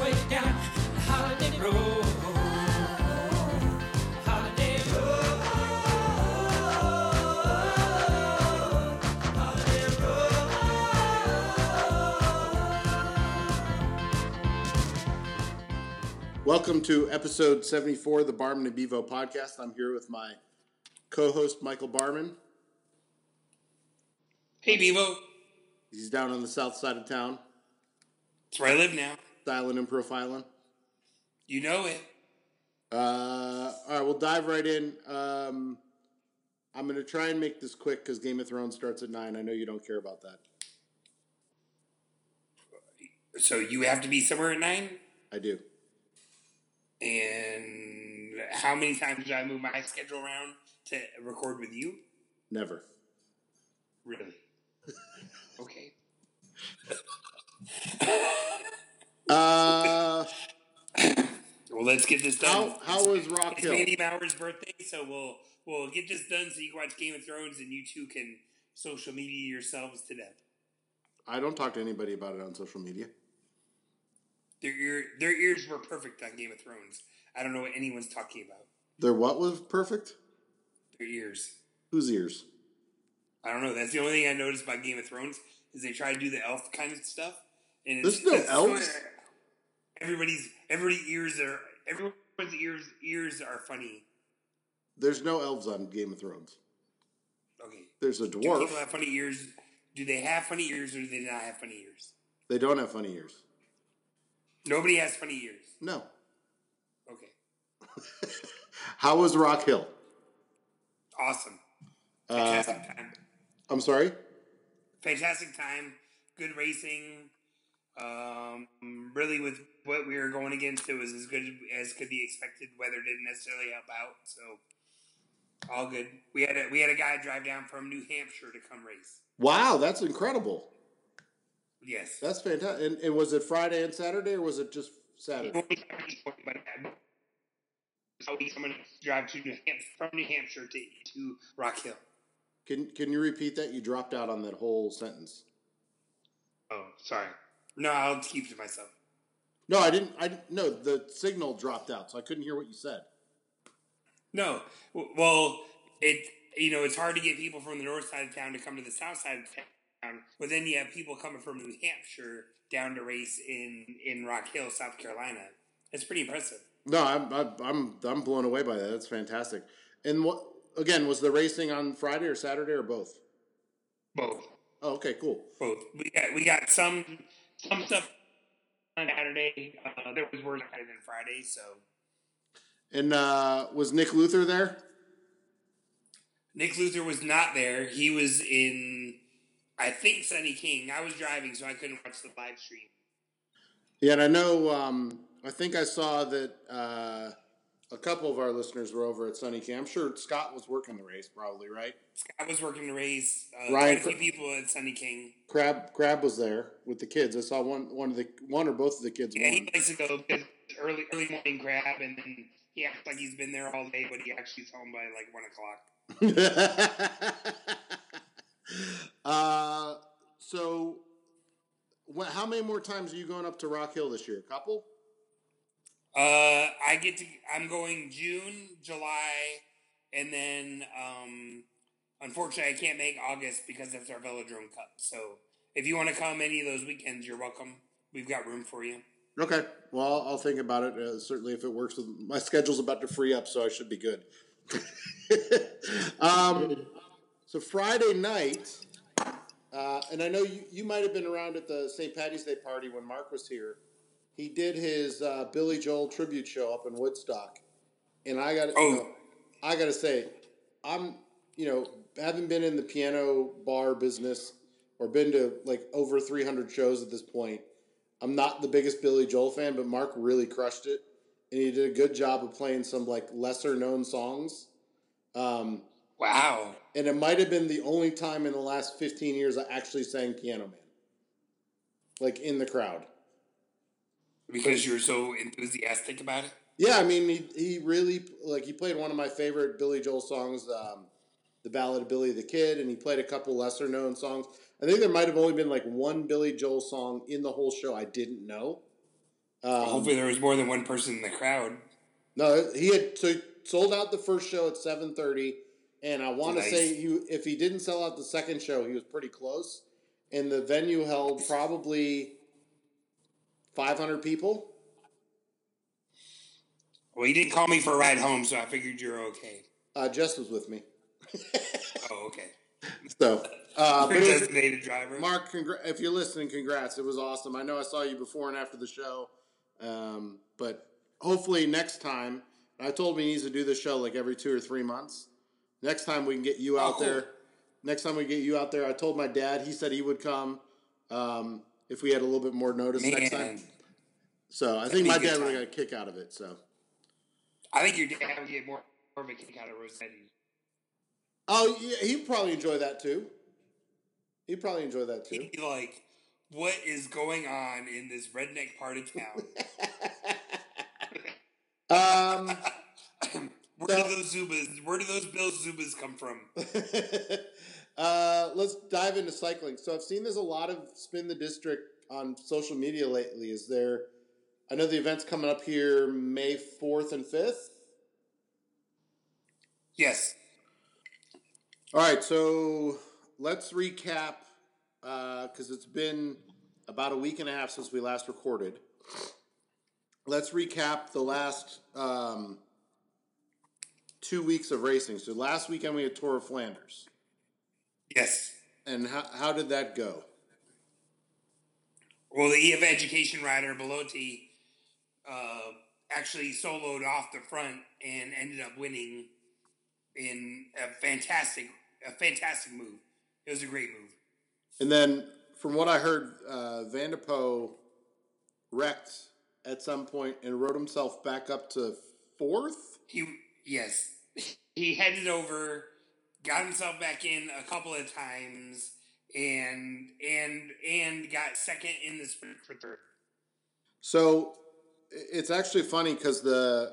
way down Holiday Road. Holiday Road. Welcome to episode 74 of the Barman and Bevo podcast. I'm here with my co host, Michael Barman. Hey, Bevo. He's down on the south side of town, That's where I live now. styling and profiling. You know it. Uh, all right, we'll dive right in. Um, I'm going to try and make this quick because Game of Thrones starts at 9. I know you don't care about that. So you have to be somewhere at nine. I do. And how many times did I move my schedule around to record with you? Never. Really? okay. Uh, Well, let's get this done. how, how was Rock it's Hill? Mandy Bauer's birthday, so we'll we'll get this done so you can watch Game of Thrones and you two can social media yourselves to death. I don't talk to anybody about it on social media. Their ear, their ears were perfect on Game of Thrones. I don't know what anyone's talking about. Their what was perfect? Their ears. Whose ears? I don't know. That's the only thing I noticed about Game of Thrones is they try to do the elf kind of stuff. And it's, There's no that's sort of- elves. Everybody's everybody's ears are everyone's ears ears are funny. There's no elves on Game of Thrones. Okay, There's a do dwarf. people have funny ears? Do they have funny ears or do they not have funny ears? They don't have funny ears. Nobody has funny ears. No. Okay, How was Rock Hill? awesome, Uh, fantastic time, I'm sorry. fantastic time, good racing. Um, really, with what we were going against, it was as good as could be expected. Weather didn't necessarily help out, so all good. We had a, we had a guy drive down from New Hampshire to come race. Wow, that's incredible. Yes, That's fantastic. And, and was it Friday and Saturday, or was it just Saturday? I'll be someone to drive to New Hampshire, from New Hampshire to, to Rock Hill. Can Can you repeat that? You dropped out on that whole sentence. Oh, sorry. No, I'll keep it to myself. No, I didn't. I didn't- no, the signal dropped out, so I couldn't hear what you said. No, W- well, it you know it's hard to get people from the north side of town to come to the south side of town, but then you have people coming from New Hampshire down to race in in Rock Hill, South Carolina. It's pretty impressive. No, I'm I'm I'm, I'm blown away by that. That's fantastic. And what again was the racing on Friday or Saturday or both? Both, Oh, okay, cool. both. We got we got some some stuff on Saturday. Uh, there was worse Saturday than Friday, so And uh, was Nick Luther there? Nick Luther was not there. He was in, I think, Sunny King. I was driving, so I couldn't watch the live stream. Yeah, and I know. Um, I think I saw that uh, a couple of our listeners were over at Sunny Camp. I'm sure Scott was working the race, probably right. I was working to raise uh, Ryan quite a few Cr- people at Sunny King. Crab Crab was there with the kids. I saw one one of the one or both of the kids. Yeah, he won. likes to go because early early morning grab, and then he acts like he's been there all day, but he actually's home by like one o'clock. uh, so, wh- how many more times are you going up to Rock Hill this year? A couple. Uh, I get to. I'm going June, July, and then um, unfortunately I can't make August because that's our Velodrome Cup. So if you want to come any of those weekends, you're welcome. We've got room for you. Okay. Well, I'll think about it. Uh, certainly, if it works with my schedule's about to free up, so I should be good. um, so Friday night, uh, and I know you, you might have been around at the St. Patty's Day party when Mark was here. He did his uh, Billy Joel tribute show up in Woodstock, and I got to Oh. I got to say, I'm you know having been in the piano bar business or been to like over 300 shows at this point. I'm not the biggest Billy Joel fan, but Mark really crushed it, and he did a good job of playing some like lesser known songs. Um, Wow. and it might have been the only time in the last 15 years I actually sang Piano Man, like in the crowd. Because you're so enthusiastic about it. Yeah, I mean, he, he really like he played one of my favorite Billy Joel songs, um, the Ballad of Billy the Kid, and he played a couple lesser known songs. I think there might have only been like one Billy Joel song in the whole show I didn't know. Um, Hopefully, there was more than one person in the crowd. No, he had so he sold out the first show at seven thirty, and I want Nice. to say he if he didn't sell out the second show, he was pretty close. And the venue held probably five hundred people. Well, you didn't call me for a ride home, so I figured you're okay. Uh, Jess was with me, Oh, okay. so. Uh, but it was- Designated driver. Mark, congra- if you're listening, congrats! It was awesome. I know I saw you before and after the show, um, but hopefully next time. I told him he needs to do the show like every two or three months. Next time we can get you out cool. there. Next time we get you out there, I told my dad. He said he would come um, if we had a little bit more notice next time. Man, So I think be my a good dad would have time. got a kick out of it. So I think your dad would get more, more of a kick out of Rosetti. oh, yeah, he'd probably enjoy that too. He'd probably enjoy that too. He'd be like, "What is going on in this redneck part of town? Um. Where do So- those Zubas? Where do those Bill Zubas come from?" uh, let's dive into cycling. So I've seen there's a lot of spin the district on social media lately. Is there? I know the event's coming up here May fourth and fifth. Yes, All right, so let's recap because it's been about a week and a half since we last recorded. Let's recap the last um, two weeks of racing. So last weekend we had Tour of Flanders, yes. and how, how did that go? Well, the E of Education rider Belotti uh, actually soloed off the front and ended up winning in a fantastic, a fantastic move. It was a great move. And then, from what I heard, uh, Vanderpoe wrecked at some point and rode himself back up to fourth. He yes, he headed over, got himself back in a couple of times, and and and got second in the sprint for third. So i- it's actually funny because the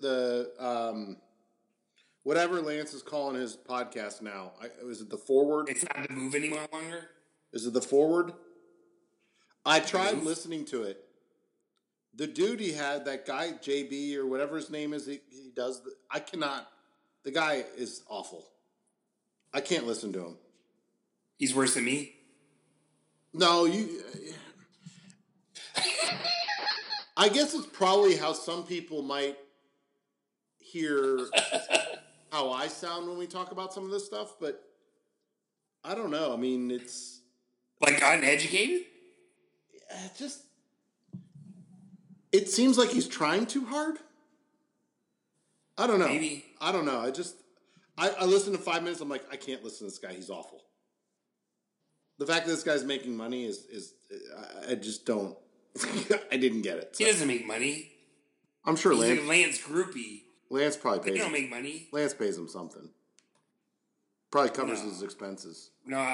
the um, whatever Lance is calling his podcast now, I, is it the forward? It's not the move anymore longer. Is it the forward? I tried Move. listening to it. The dude he had, that guy JB or whatever his name is, he, he does. The, I cannot. The guy is awful. I can't listen to him. He's worse than me. No, you. I guess it's probably how some people might hear how I sound when we talk about some of this stuff, but I don't know. I mean, it's. Like uneducated. Uh, just it seems like he's trying too hard i don't know Maybe. i don't know i just I, I listen to five minutes i'm like i can't listen to this guy he's awful the fact that this guy's making money is is i, I just don't i didn't get it He so. doesn't make money. i'm sure He's lance a Lance groupie. lance probably They pays don't him. make money. lance pays him something probably covers No. his expenses No,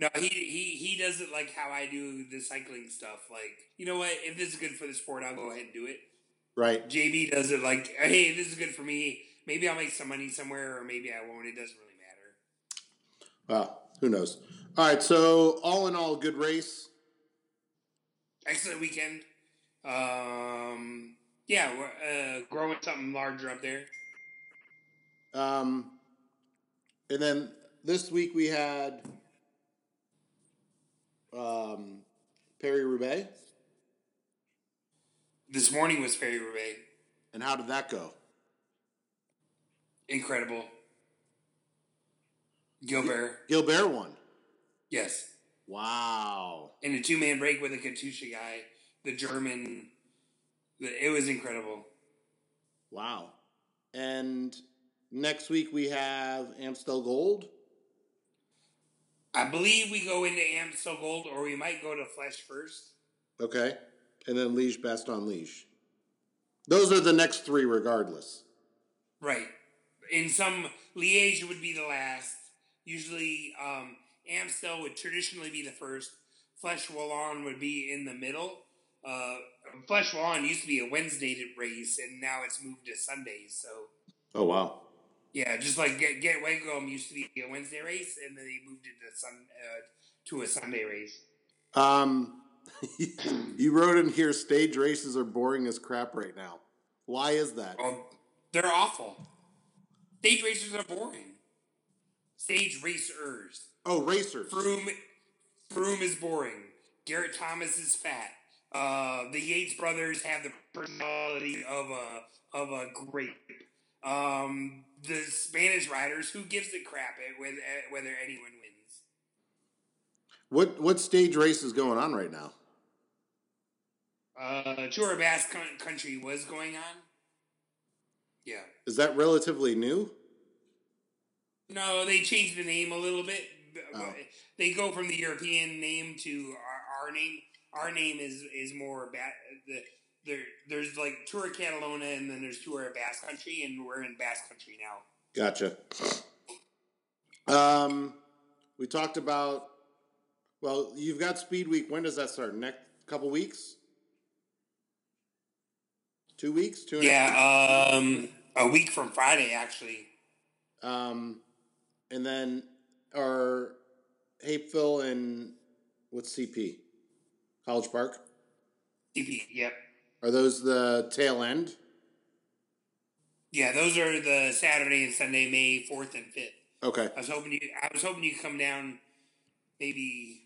no. He he he doesn't like how I do the cycling stuff. Like you know what? If this is good for the sport, I'll go ahead and do it. right JB does it like, hey, this is good for me. Maybe I'll make some money somewhere, or maybe I won't. It doesn't really matter. well who knows all right so all in all good race Excellent weekend. Um, yeah, we're uh, growing something larger up there. Um, and then this week we had um, Perry Roubaix. This morning was Perry Roubaix. And how did that go? Incredible. Gilbert, Gilbert won. yes, Wow. in a two-man break with a Katusha guy, the German. It was incredible. Wow. And next week we have Amstel Gold. I believe we go into Amstel Gold, or we might go to Flesh first. Okay. And then Liege Best on Liege. Those are the next three, regardless. Right. In some Liège would be the last. Usually um, Amstel would traditionally be the first. Flesh Wallon would be in the middle. Uh, Flesh Wallon used to be a Wednesday race, and now it's moved to Sundays. So Oh, wow. yeah, just like Get Get Wegom used to be a Wednesday race, and then they moved it to sun uh, to a Sunday race. Um, you wrote in here stage races are boring as crap right now. Why is that? Um, they're awful. Stage racers are boring. Stage racers. Oh, racers. Froome, Froome is boring. Garrett Thomas is fat. Uh, the Yates brothers have the personality of a of a grape. Um, the Spanish riders, who gives a crap at whether, at whether anyone wins? What what stage race is going on right now? Uh, Tour of Basque Coun- Country was going on. Yeah. Is that relatively new? No, they changed the name a little bit. B- Oh. They go from the European name to our, our name. Our name is is more ba- the there. There's like Tour Catalona, and then there's Tour of Basque Country, and we're in Basque Country now. Gotcha. Um, we talked about. Well, you've got Speed Week. When does that start? Next couple weeks? Two weeks? Two and a half. Yeah, um, a week from Friday actually. Um, and then are Hapeville and what's CP? College Park? CP. Yep. Are those the tail end? Yeah, those are the Saturday and Sunday, May fourth and fifth. Okay. I was hoping you. I was hoping you could come down, maybe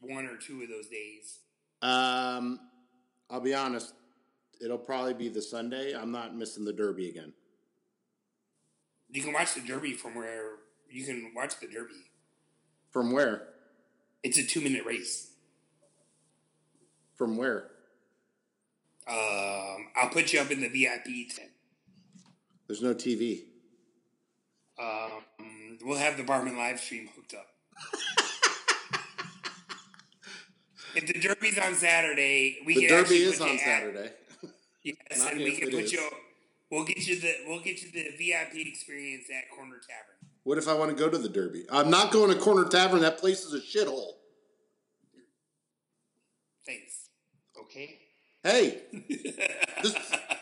one or two of those days. Um, I'll be honest. It'll probably be the Sunday. I'm not missing the Derby again. You can watch the Derby from where you can watch the Derby. From where? It's a two minute race. From where? Um, I'll put you up in the VIP tent. There's no TV. Um, we'll have the barman live stream hooked up. if the Derby's on Saturday, we The can Derby actually is put you on at- Saturday. Yes, Not and we if can it put is. you. We'll get you the. We'll get you the VIP experience at Corner Tavern. What if I want to go to the Derby? I'm not going to Corner Tavern. That place is a shithole. Thanks. Okay. Hey, this,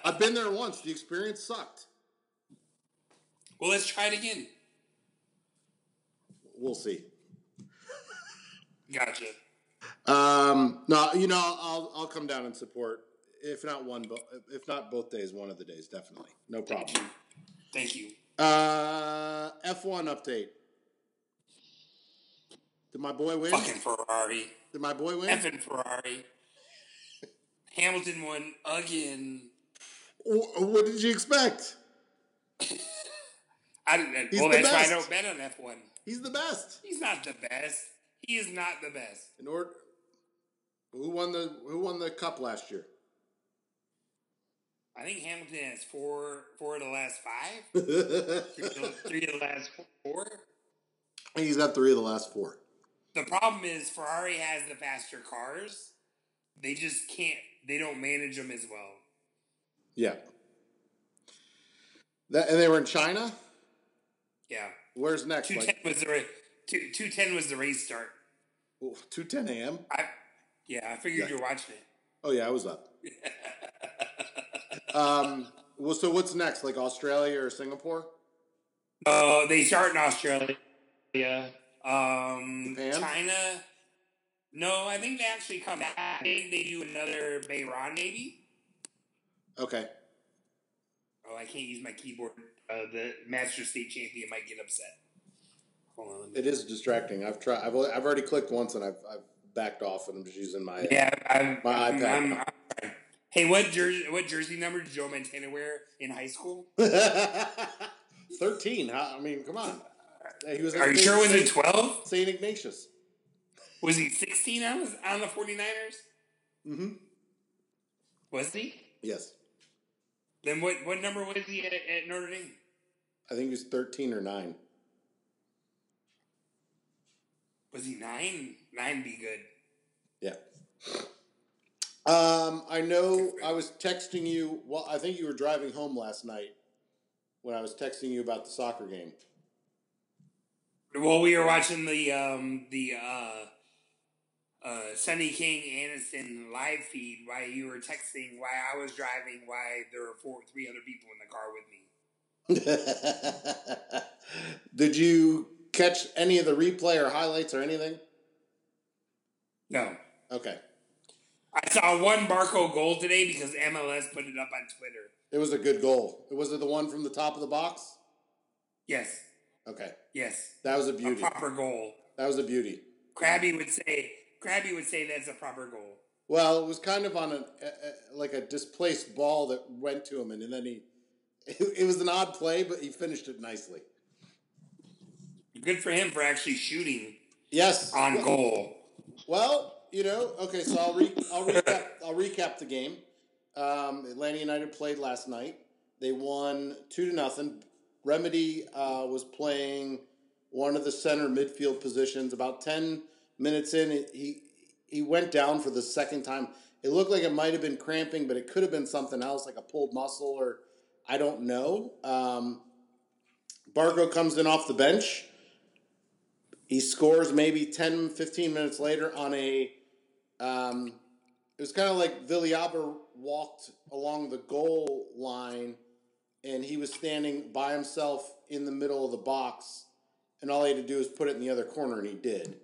I've been there once. The experience sucked. Well, let's try it again. We'll see. Gotcha. Um, no, you know, I'll I'll come down and support. If not one, but if not both days, one of the days, definitely, no Thank problem. you. Thank you. Uh, F one update. Did my boy win? Fucking Ferrari. Did my boy win? Effing Ferrari. Hamilton won again. Wh- What did you expect? I didn't. He's well, the that's why I best. don't bet on F one. He's the best. He's not the best. He is not the best. In order, who won the who won the cup last year? I think Hamilton has four four of the last five, three He's of- three of the last four. got three of the last four. The problem is Ferrari has the faster cars. They just can't. They don't manage them as well. Yeah. That and they were in China. Yeah, Where's next? two ten was the ra- two two ten was the race start. two ten a.m. I yeah, I figured Yeah. you're watching it. Oh yeah, I was up. um, well, so what's next? Like Australia or Singapore? Oh, they start in Australia. Um, Japan? China. No, I think they actually come back. They, they do another Bayron, maybe. Okay. Oh, I can't use my keyboard. Uh, the Master State Champion might get upset. Hold on. let me- It is distracting. I've tried. I've, al- I've already clicked once and I've, I've backed off and I'm just using my. Yeah, I'm, My I'm, iPad. I'm- I'm- hey, what jersey? What jersey number did Joe Montana wear in high school? Thirteen. Huh? I mean, come on. Yeah, He was. Are you sure it wasn't twelve? Saint Ignatius? Was he sixteen on the- on the 49ers? Mm-hmm. Was he? Yes, Then what? What number was he at, at Notre Dame? I think he was thirteen or nine. Was he nine? Nine be good. Yeah. Um, I know I was texting you. Well, I think you were driving home last night when I was texting you about the soccer game. Well, we were watching the um, the uh, uh, Sunny King Aniston live feed while you were texting, while I was driving, why there were four, three other people in the car with me. Did you catch any of the replay or highlights or anything? No, Okay. I saw one Barco goal today because MLS put it up on Twitter. It was a good goal. Was it the one from the top of the box? Yes, Okay, yes, that was a a beauty. proper goal. That was a beauty. Krabby would say, Krabby would say that's a proper goal. Well, it was kind of on a, a, a- like a displaced ball that went to him, and, then he. It, it was an odd play, but he finished it nicely. Good for him for actually shooting Yes. on goal. Well, you know, okay, so I'll, re- I'll recap. I'll recap the game. Um, Atlanta United played last night. They won two to nothing. Remedy uh, was playing one of the center midfield positions. About ten minutes in, he he went down for the second time. It looked like it might have been cramping, but it could have been something else, like a pulled muscle or I don't know. Um, Barco comes in off the bench. He scores maybe 10, 15 minutes later on a. Um, it was kind of like Viliaba walked along the goal line and he was standing by himself in the middle of the box, and all he had to do was put it in the other corner, and he did.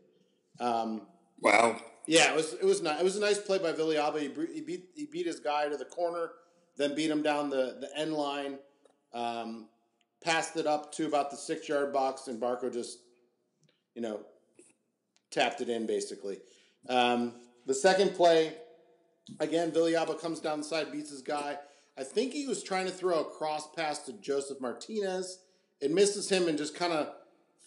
Um, Wow. yeah, it was it was nice. It was a nice play by Viliaba. He, bre- he beat he beat his guy to the corner, then beat him down the the end line, um, passed it up to about the six yard box, and Barco just, you know, tapped it in basically. Um, the second play, again, Viliaba comes down the side, beats his guy. I think he was trying to throw a cross pass to Joseph Martinez. It misses him and just kind of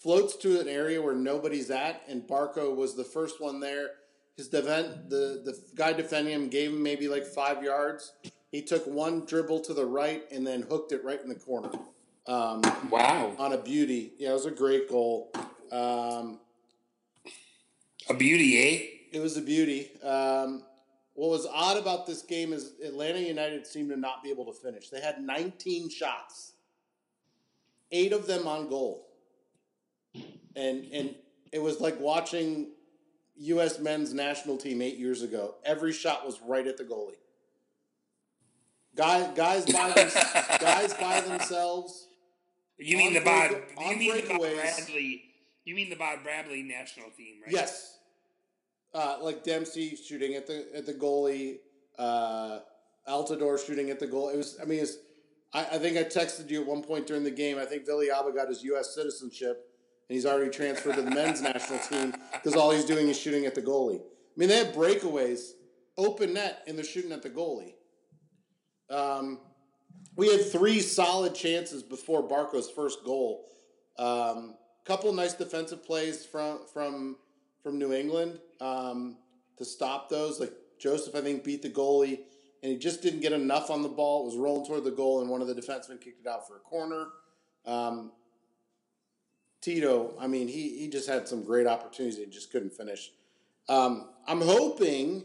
floats to an area where nobody's at, and Barco was the first one there. His defend the the guy defending him gave him maybe like five yards. He took one dribble to the right and then hooked it right in the corner. Um, Wow. on a beauty, yeah, it was a great goal. Um, A beauty, eh? it was a beauty. Um, what was odd about this game is Atlanta United seemed to not be able to finish. They had 19 shots, eight of them on goal, and and it was like watching U.S. men's national team eight years ago. Every shot was right at the goalie. Guys, guys by them, guys by themselves. You mean On the Bob? break- You on mean the Bob breakaways. Bradley? You mean the Bob Bradley national team, right? Yes. Uh, like Dempsey shooting at the at the goalie, uh, Altador shooting at the goal. It was. I mean, it's. I, I think I texted you at one point during the game. I think Viliaba got his U.S. citizenship, and he's already transferred to the men's national team because all he's doing is shooting at the goalie. I mean, they have breakaways, open net, and they're shooting at the goalie. Um, we had three solid chances before Barco's first goal. Um, couple nice defensive plays from from from New England um, to stop those. Like Joseph, I think beat the goalie, and he just didn't get enough on the ball. It was rolling toward the goal, and one of the defensemen kicked it out for a corner. Um, Tito, I mean, he he just had some great opportunities. He just couldn't finish. Um, I'm hoping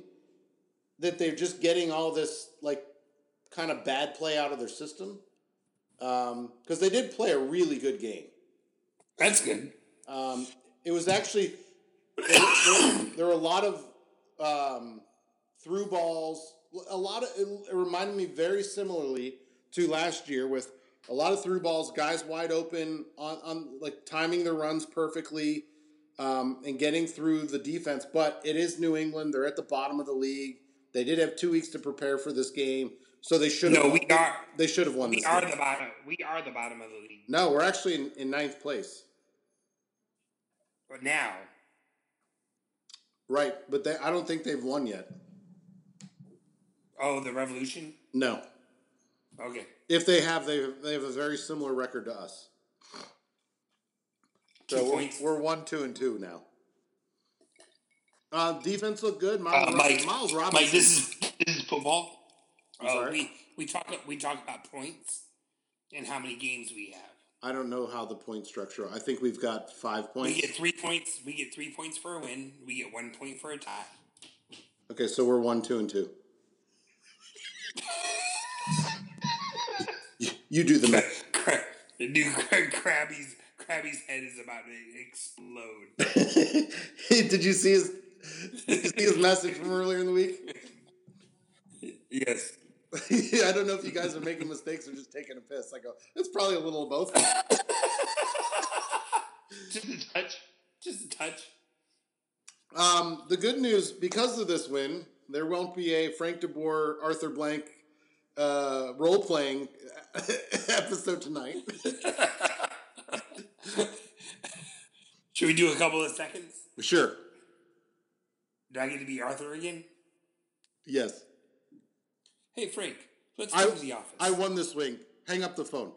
that they're just getting all this like kind of bad play out of their system because they did play a really good game. That's good. Um, it was actually there, there- there were a lot of um, through balls. A lot of it, it reminded me very similarly to last year with a lot of through balls, guys wide open on, on like timing their runs perfectly um, and getting through the defense. But it is New England; they're at the bottom of the league. They did have two weeks to prepare for this game, so they should have. No, we are. They should have won. We this are game. the bottom. We are the bottom of the league no, we're actually in, in ninth place. But now. Right, but they, I don't think they've won yet. Oh, the revolution. No. Okay. If they have, they have, they have a very similar record to us. Two So we're, points. we're one, two, and two now. Uh, defense looked good. Miles, Uh, Rob- Mike, Miles Robinson. Mike, this is this is football. I'm Uh, sorry? we we talk we talk about points and how many games we have. I don't know how the point structure. I think we've got five We points. get three points. We get three points for a win. We get one point for a tie. Okay, so we're one, two, and two. you, you do the math. Cra- The new Cra- Krabby's Krabby's head is about to explode. did you see his? Did you see his message from earlier in the week? Yes. I don't know if you guys are making mistakes or just taking a piss. I go, it's probably a little of both. Just a touch. Just a touch. Um, the good news because of this win, There won't be a Frank DeBoer, Arthur Blank uh, role playing episode tonight. Should we do a couple of seconds? Sure. Do I get to be Arthur again? Yes. Hey Frank, let's I, go to the office. I won this wing. Hang up the phone.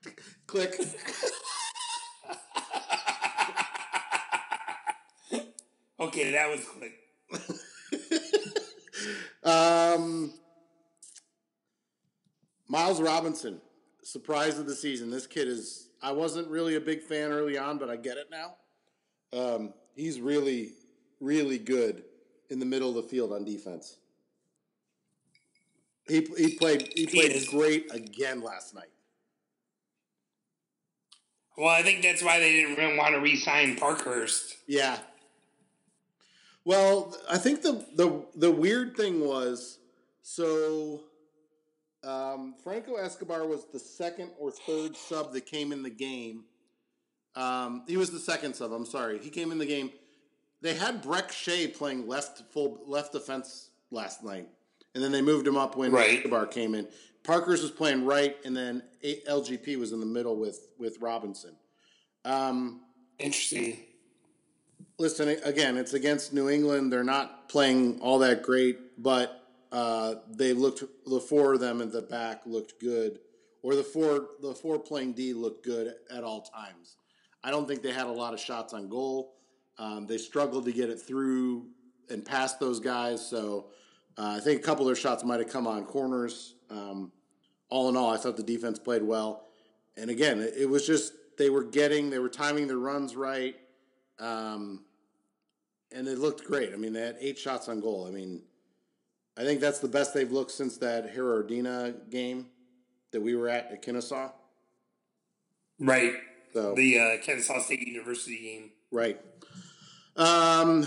Click. okay, that was quick. Um, Miles Robinson, surprise of the season. This kid is. I wasn't really a big fan early on, but I get it now. Um, he's really, really good in the middle of the field on defense. He, he played he played is. great again last night. Well, I think that's why they didn't really want to re-sign Parkhurst. Yeah. Well, I think the the the weird thing was so um, Franco Escobar was the second or third sub that came in the game. Um, he was the second sub. I'm sorry, he came in the game. They had Breck Shea playing left full left defense last night, and then they moved him up when Right. Escobar came in. Parker's was playing right, and then A- LGP was in the middle with with Robinson. Um, Interesting. listen again it's against new england they're not playing all that great but uh, they looked the four of them at the back looked good or the four the four playing d looked good at all times i don't think they had a lot of shots on goal um, they struggled to get it through and past those guys so uh, i think a couple of their shots might have come on corners um, all in all i thought the defense played well and again it, it was just they were getting they were timing their runs right um, and it looked great. I mean, they had eight shots on goal. I mean, I think that's the best they've looked since that Herodina game that we were at at Kennesaw. Right. So The uh, Kennesaw State University game. right. Um,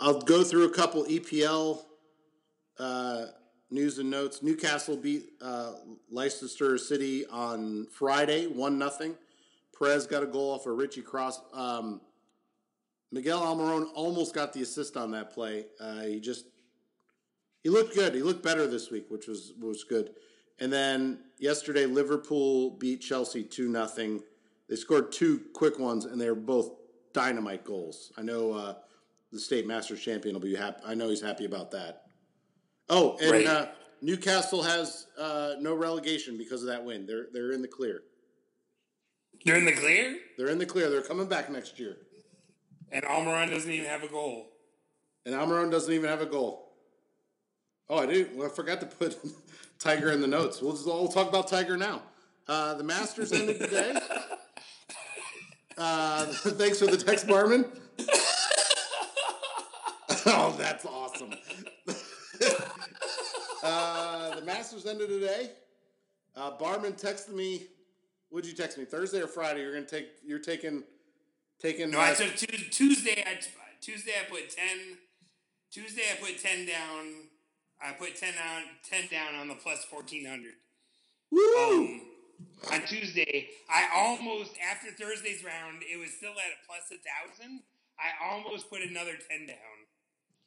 I'll go through a couple EPL uh, news and notes. Newcastle beat uh, Leicester City on Friday, one nothing. Perez got a goal off a Richie cross. Um, Miguel Almiron almost got the assist on that play. Uh, he just he looked good. He looked better this week, which was was good. And then yesterday, Liverpool beat Chelsea two nothing. They scored two quick ones, and they were both dynamite goals. I know uh, the state Masters champion will be happy. I know he's happy about that. Oh, and Right. uh, Newcastle has uh, no relegation because of that win. They're they're in the clear. They're in the clear, They're in the clear. They're coming back next year. and Almiron doesn't even have a goal. And Almiron doesn't even have a goal. Oh, I did. Well, I forgot to put Tiger in the notes. We'll just we'll talk about Tiger now. Uh, the Masters ended today. Uh, thanks for the text, Barman. oh, that's awesome. uh, the Masters ended today. Uh, Barman texted me. What'd you text me? Thursday or Friday? You're gonna take. You're taking. Taking. No, uh, I took Tu Tuesday. I Tuesday I put ten. Tuesday I put ten down. I put ten on ten down on the plus fourteen hundred. Woo! Um, on Tuesday, I almost after Thursday's round, it was still at a plus a thousand. I almost put another ten down,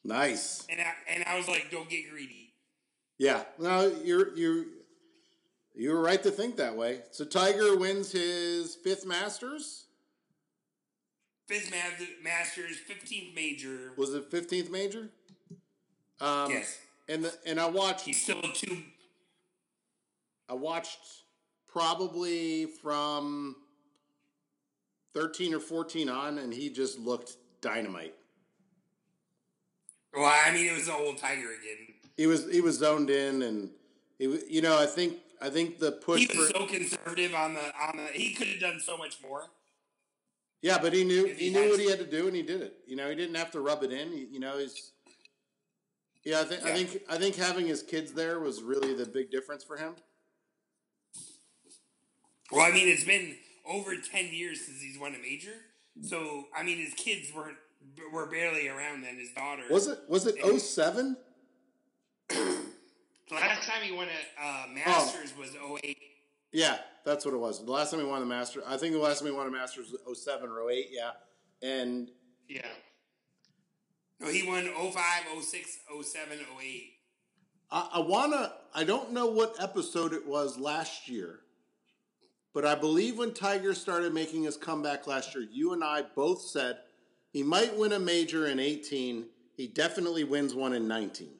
nice. and I and I was like, "Don't get greedy." Yeah. No, you're you you were right to think that way. So Tiger wins his fifth Masters. Fifth Ma- Masters, fifteenth major. Was it fifteenth major? Um, yes, And the, and I watched he's still two. I watched probably from thirteen or fourteen on, and he just looked dynamite. Well, I mean, it was the whole Tiger again. He was he was zoned in, and he wa- you know I think I think the push He for was so conservative on the on the. He could have done so much more. Yeah, but he knew If he he knew had what to. he had to do, and he did it. You know, he didn't have to rub it in. He- you know, he's yeah. I think I Yeah. think I think having his kids there was really the big difference for him. Well, I mean, it's been over ten years since he's won a major. So, I mean, his kids weren't were barely around then. His daughter Was it was it Yeah. 07? The last time he won a uh, Masters was 08. Yeah, that's what it was. The last time he won the Masters, I think the oh last time he won a Masters was 07 or 08, Yeah, and Yeah. No, he won 05, 06, 07, 08. I, I wanna. I don't know what episode it was last year, but I believe when Tiger started making his comeback last year, you and I both said he might win a major in eighteen. He definitely wins one in nineteen.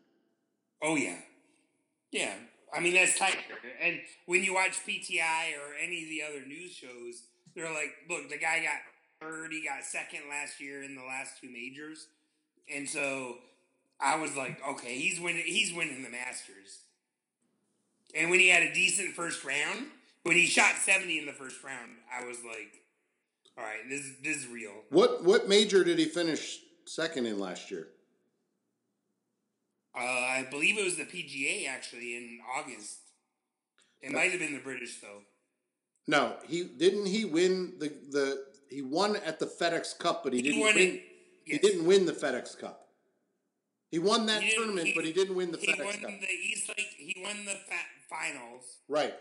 Oh yeah, yeah. I mean that's Tiger. And when you watch PTI or any of the other news shows, they're like, "Look, the guy got third. He got second last year in the last two majors." And so I was like, "Okay, he's winning. He's winning the Masters." And when he had a decent first round, when he shot seventy in the first round, I was like, "All right, this this is real." What what major did he finish second in last year? Uh, I believe it was the PGA actually in August. It might have been the British though. No, he didn't. He win the the he won at the FedEx Cup, but he, didn't won win. it- He yes. didn't win the FedEx Cup. He won that He didn't- tournament, he- but he didn't win the He FedEx won Cup. the East Lake. He won the fa- finals, right,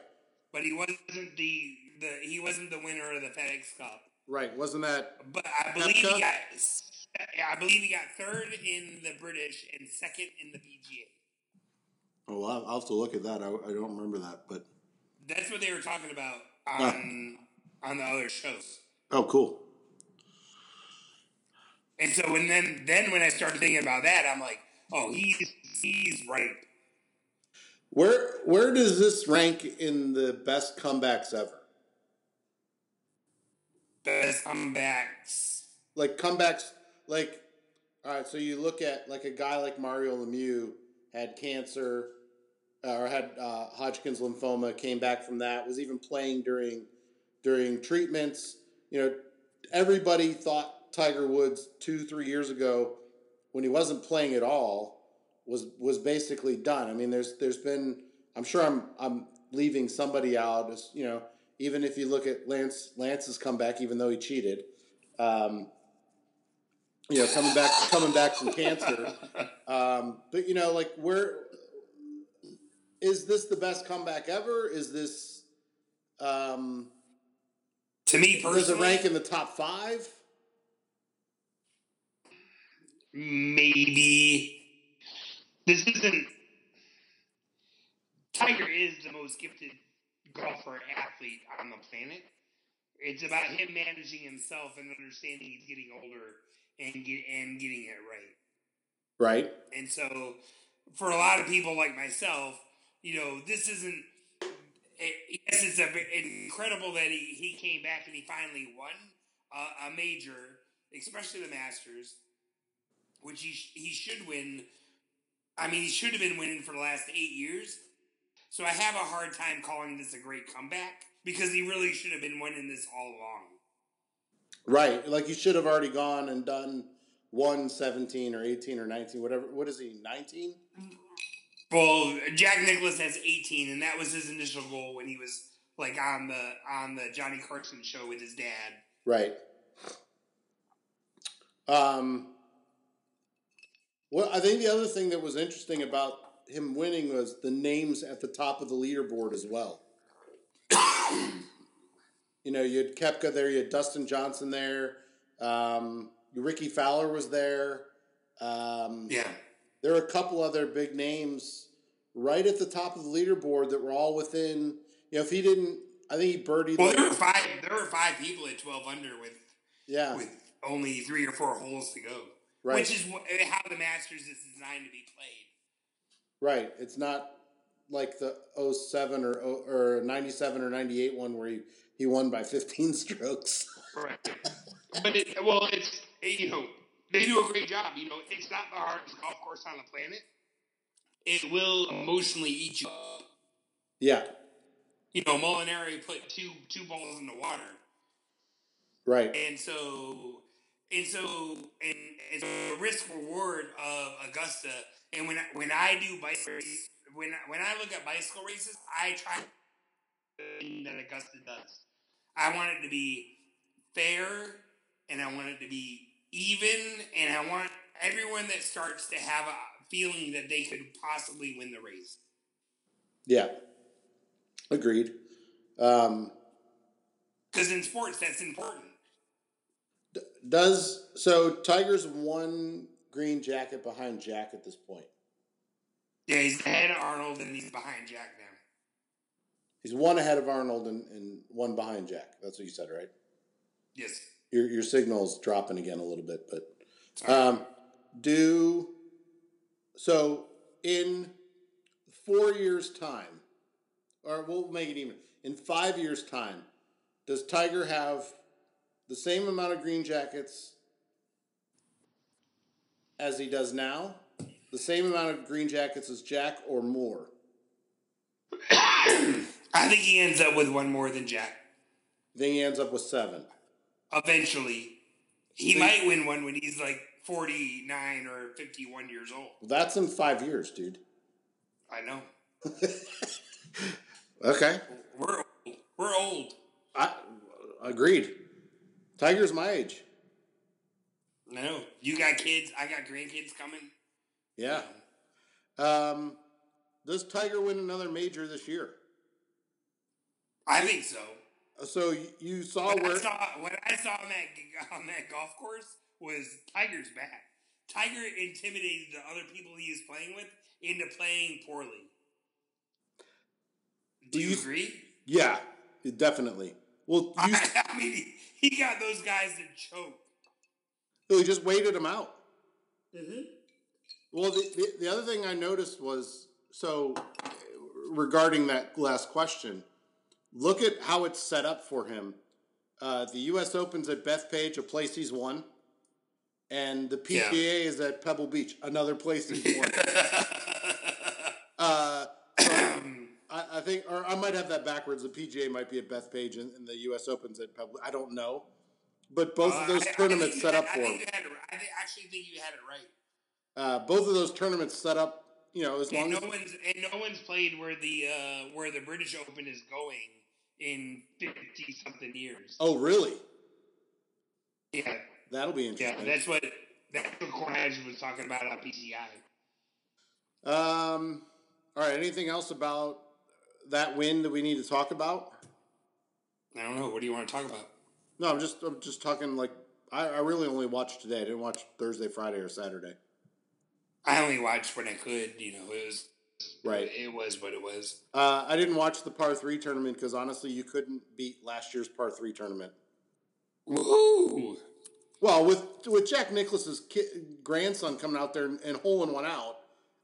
but he wasn't the, the he wasn't the winner of the FedEx Cup. right. Wasn't that But I believe Cup? he got s- I believe he got third in the British and second in the PGA. Oh, I'll, I'll have to look at that. I, I don't remember that, but That's what they were talking about on on the other shows. oh, cool. And so and then then when I started thinking about that, I'm like, oh, he's he's right. Where where does this rank in the best comebacks ever? Best comebacks. Like comebacks, like all right. So you look at like a guy like Mario Lemieux had cancer uh, or had uh, Hodgkin's lymphoma, came back from that, was even playing during during treatments. You know, everybody thought Tiger Woods two three years ago when he wasn't playing at all was was basically done. I mean, there's there's been I'm sure I'm I'm leaving somebody out. As, you know, even if you look at Lance Lance's comeback, even though he cheated, um, you know, coming back coming back from cancer. Um, but you know, like where is this the best comeback ever? Is this um, To me personally, there's a rank in the top five? maybe this isn't Tiger is the most gifted golfer athlete on the planet. It's about him managing himself and understanding he's getting older and get, and getting it right. Right. And so, for a lot of people like myself, you know, this isn't. It, yes, it's a, incredible that he, he came back and he finally won uh, a major, especially the Masters, which he, sh- he should win. I mean, he should have been winning for the last eight years. So I have a hard time calling this a great comeback because he really should have been winning this all along. Right. Like you should have already gone and done one 17 or 18 or 19, whatever. What is he, 19? Well, Jack Nicholas has 18, and that was his initial goal when he was like on the on the Johnny Carson show with his dad. Right. Um, well, I think the other thing that was interesting about him winning was the names at the top of the leaderboard as well. you know, you had Kepka there, you had Dustin Johnson there, um, Ricky Fowler was there. Um, Yeah, there were a couple other big names right at the top of the leaderboard that were all within. You know, if he didn't, I think he birdied. well, like- there were five there were five people at 12 under with yeah, with only three or four holes to go, right, which is wh- how the Masters is designed to be played. right. It's not like the 07 or or 97 or 98 one where he, he won by 15 strokes. Correct. but it, well, it's it, you know they do a great job. You know, it's not the hardest golf course on the planet. It will emotionally eat you up. yeah, You know, Molinari put two two balls in the water. right. And so, and so, and it's a risk reward of Augusta. And when I, when I do bicycle races, when I, when I look at bicycle races, I try the thing that Augusta does. I want it to be fair, and I want it to be even, and I want everyone that starts to have a feeling that they could possibly win the race. Yeah, agreed. Um, Because in sports, that's important. does so? Tiger's won green jacket behind Jack at this point. Yeah, he's ahead of Arnold and he's behind Jack now. He's one ahead of Arnold and, and one behind Jack. That's what you said, right? Yes. Your your signal's dropping again a little bit, but um, do so in four years' time, or we'll make it even in five years' time. Does Tiger have the same amount of green jackets as he does now? The same amount of green jackets as Jack, or more? I think he ends up with one more than Jack. Then he ends up with seven. Eventually, he So- might win one when he's like 49 or 51 years old. Well, that's in five years, dude. I know. Okay. We're old. We're old. I agreed. Tiger's my age. I know. You got kids. I got grandkids coming. Yeah. Um, does Tiger win another major this year? I think so. So y- you saw What I where saw, what I saw on that, on that golf course was Tiger's back. Tiger intimidated the other people he was playing with into playing poorly. Do Do you you- agree? Yeah, definitely. Well, you, I, I mean, he, he got those guys to choke. so you just waited him out. Mm-hmm. Well, the, the, the other thing I noticed was so uh, regarding that last question, look at how it's set up for him. Uh, the U.S. Open's at Bethpage, a place he's won, and the PGA Yeah. is at Pebble Beach, another place he's won. uh, I, I think, or I might have that backwards. The PGA might be at Bethpage, and, and the U.S. Open's at Pebble. I don't know, but both of those tournaments set up for Uh, I him. think you had it- I thi- actually think you had it right. Uh, both of those tournaments set up, you know, as And long no as one's and no one's played where the uh, where the British Open is going in fifty something years. Oh, really? Yeah, That'll be yeah, interesting. that's what that's what Cornage was talking about on PCI. um, all right. Anything else about that win that we need to talk about? I don't know. What do you want to talk about? No, I'm just I'm just talking like I, I really only watched today. I didn't watch Thursday, Friday, or Saturday. I only watched when I could. You know, it was Right. It was what it was. Uh, I didn't watch the par three tournament because honestly, you couldn't beat last year's par three tournament. Woo! Well, with with Jack Nicklaus's ki- grandson coming out there and, and holing one out,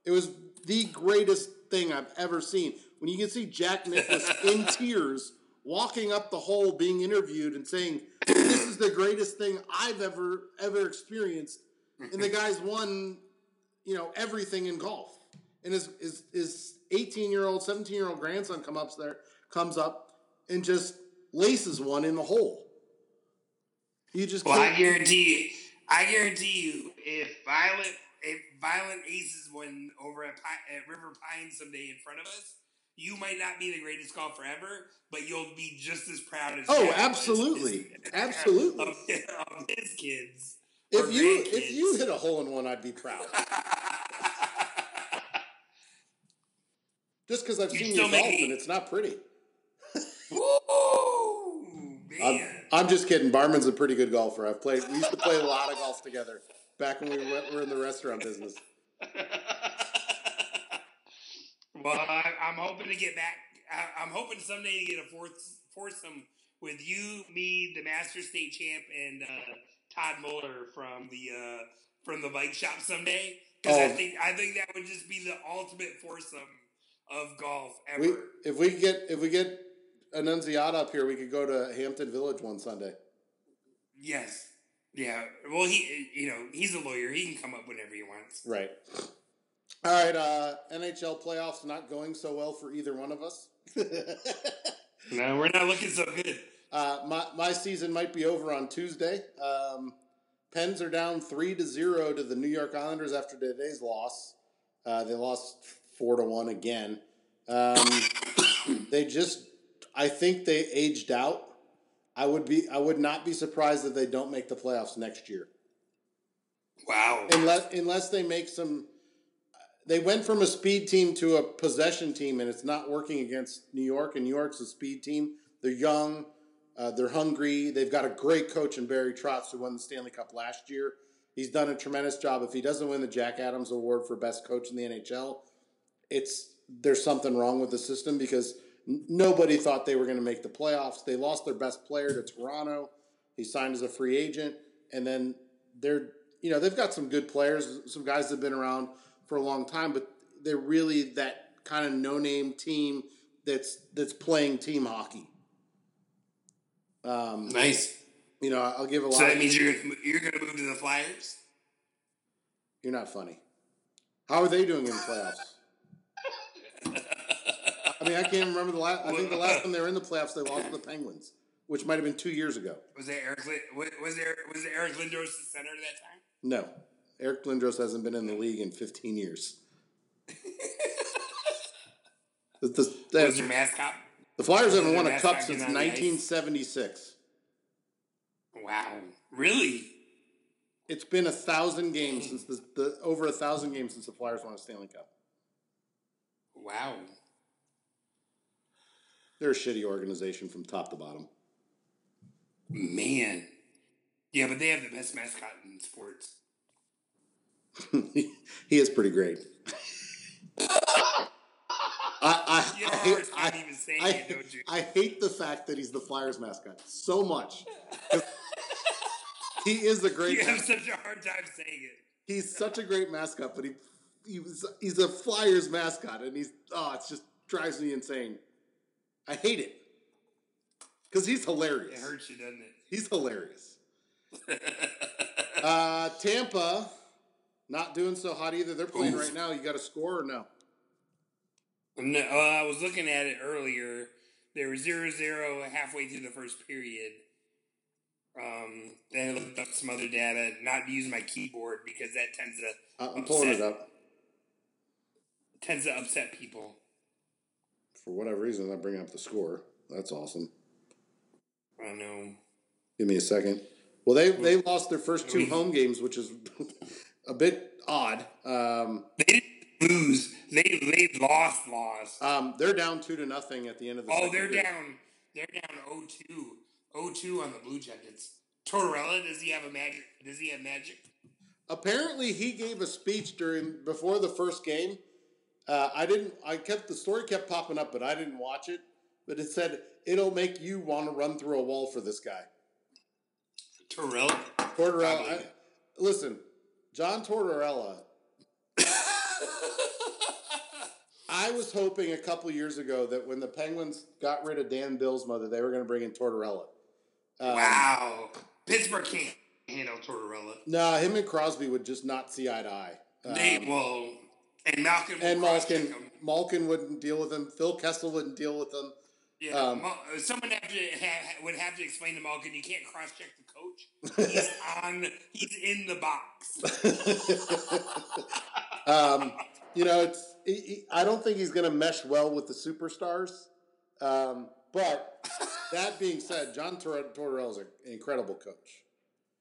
it was the greatest thing I've ever seen. When you can see Jack Nicklaus in tears walking up the hole, being interviewed, and saying, "This is the greatest thing I've ever ever experienced," and the guy's won, you know, everything in golf. And his his his eighteen year old, seventeen year old grandson come up there, comes up and just laces one in the hole. You just Well, can't- I guarantee you. I guarantee you, if Violent if Violent Aces won over at, Pi- at River Pine someday in front of us, you might not be the greatest golfer ever, but you'll be just as proud as. Oh, Jack was absolutely. is- Absolutely. of, of his kids. or If you if grandkids. you hit a hole in one, I'd be proud. Just because I've You seen you still golf make me- and it's not pretty. Woo, I'm, man! I'm just kidding. Barman's a pretty good golfer. I've played. We used to play a lot of golf together back when we were, were in the restaurant business. well, I, I'm hoping to get back. I, I'm hoping someday to get a fourth foursome with you, me, the master state champ, and uh, Todd Muller from the uh, from the bike shop someday. Because I Oh. think I think that would just be the ultimate foursome of golf ever. We if we could get if we get Annunziata up here, we could go to Hampton Village one Sunday. yes. Yeah. Well, he you know he's a lawyer. He can come up whenever he wants. Right. All right. Uh, NHL playoffs not going so well for either one of us. No, we're not looking so good. Uh, my, my season might be over on Tuesday. Um, Pens are down three to zero to the New York Islanders after today's loss. Uh, they lost four to one again. Um, they just, I think they aged out. I would be, I would not be surprised if they don't make the playoffs next year, Wow. unless unless they make some. They went from a speed team to a possession team, and it's not working against New York. And New York's a speed team. They're young. Uh, they're hungry. They've got a great coach in Barry Trotz, who won the Stanley Cup last year. He's done a tremendous job. If he doesn't win the Jack Adams Award for best coach in the NHL, it's there's something wrong with the system because n- nobody thought they were going to make the playoffs. They lost their best player to Toronto. He signed as a free agent, and then they're you know they've got some good players, some guys that've been around for a long time, but they're really that kind of no name team that's that's playing team hockey. Um, Nice. you know, I'll give a lot. So that of- means you're you're gonna move to the Flyers. You're not funny. How are they doing in the playoffs? I mean, I can't remember the last. I think the last time they were in the playoffs, they lost to the Penguins, which might have been two years ago. Was that Eric? Lin- Was, was there was there Eric Lindros the center that time? No, Eric Lindros hasn't been in the league in 15 years. the, the- the- Was your mascot? the Flyers haven't was won their a cup mascot since on the ice? 1976. Wow, really? It's been a thousand games since the, the over a thousand games since the Flyers won a Stanley Cup. Wow. They're a shitty organization from top to bottom. Man. Yeah, but they have the best mascot in sports. he is pretty great. I You know, I, it's I, not even saying I, it, don't you? I hate the fact that he's the Flyers mascot so much. 'Cause he is a great. You have such a hard time saying it. He's such a great mascot, but he he was, he's a Flyers mascot, and he's oh, it just drives me insane. I hate it because he's It hilarious. hurts you, doesn't it? He's hilarious. uh, Tampa, not doing so hot either. They're playing Oof. right now. You got a score or no? No, uh, I was looking at it earlier. They were 0 0 halfway through the first period. Um, then I looked up some other data, not to use my keyboard because that tends to I- Uh, I'm pulling it Upset. up. tends to upset people. For whatever reason, I bring up the score. That's awesome. I don't know. Give me a second. Well, they they lost their first two We- home games, which is a bit odd. Um, They didn't lose. They they lost, lost. um, they're down two to nothing at the end of the. Oh, second they're period. down. They're down 0-2. 0-2 on the Blue Jackets. Tortorella, does he have a magic? Does he have magic? Apparently, he gave a speech during before the first game. Uh, I didn't. I kept the story kept popping up, but I didn't watch it. But it said it'll make you want to run through a wall for this guy. Tortorella. Tortorella. I believe I- it. listen, John Tortorella. I was hoping a couple years ago that when the Penguins got rid of Dan Bill's mother, they were going to bring in Tortorella. Um, wow. Pittsburgh can't handle Tortorella. No, him and Crosby would just not see eye to eye. Um, they will. And Malcolm will and cross-check Malkin, him. Malkin wouldn't deal with him. Phil Kessel wouldn't deal with him. Yeah, um, Mal- someone have to have, would have to explain to Malkin you can't cross check the coach. He's on. He's in the box. um, you know, it's. He, he, I don't think he's going to mesh well with the superstars. Um, but that being said, John Tor- Tortorella is an incredible coach.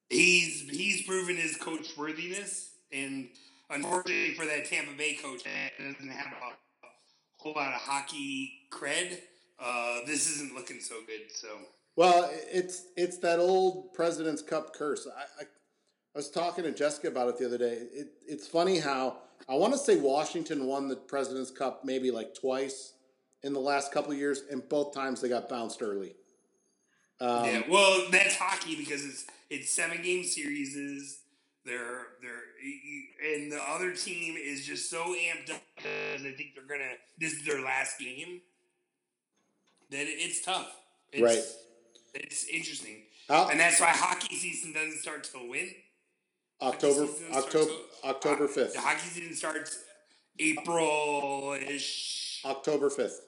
He's he's proven his coach worthiness, and unfortunately for that Tampa Bay coach, that doesn't have a whole lot of hockey cred. Uh, this isn't looking so good. So Well, it's it's that old President's Cup curse. I, I, I was talking to Jessica about it the other day. It, it's funny how I want to say Washington won the President's Cup maybe like twice in the last couple of years, and both times they got bounced early. Um, yeah, well, that's hockey because it's it's seven game series. They're they're and the other team is just so amped up because they think they're gonna this is their last game. That it- it's tough. It's, It's interesting, How- and that's why hockey season doesn't start till when. October Hockey season starts October till- October Ho- fifth. The hockey season starts April ish. October fifth.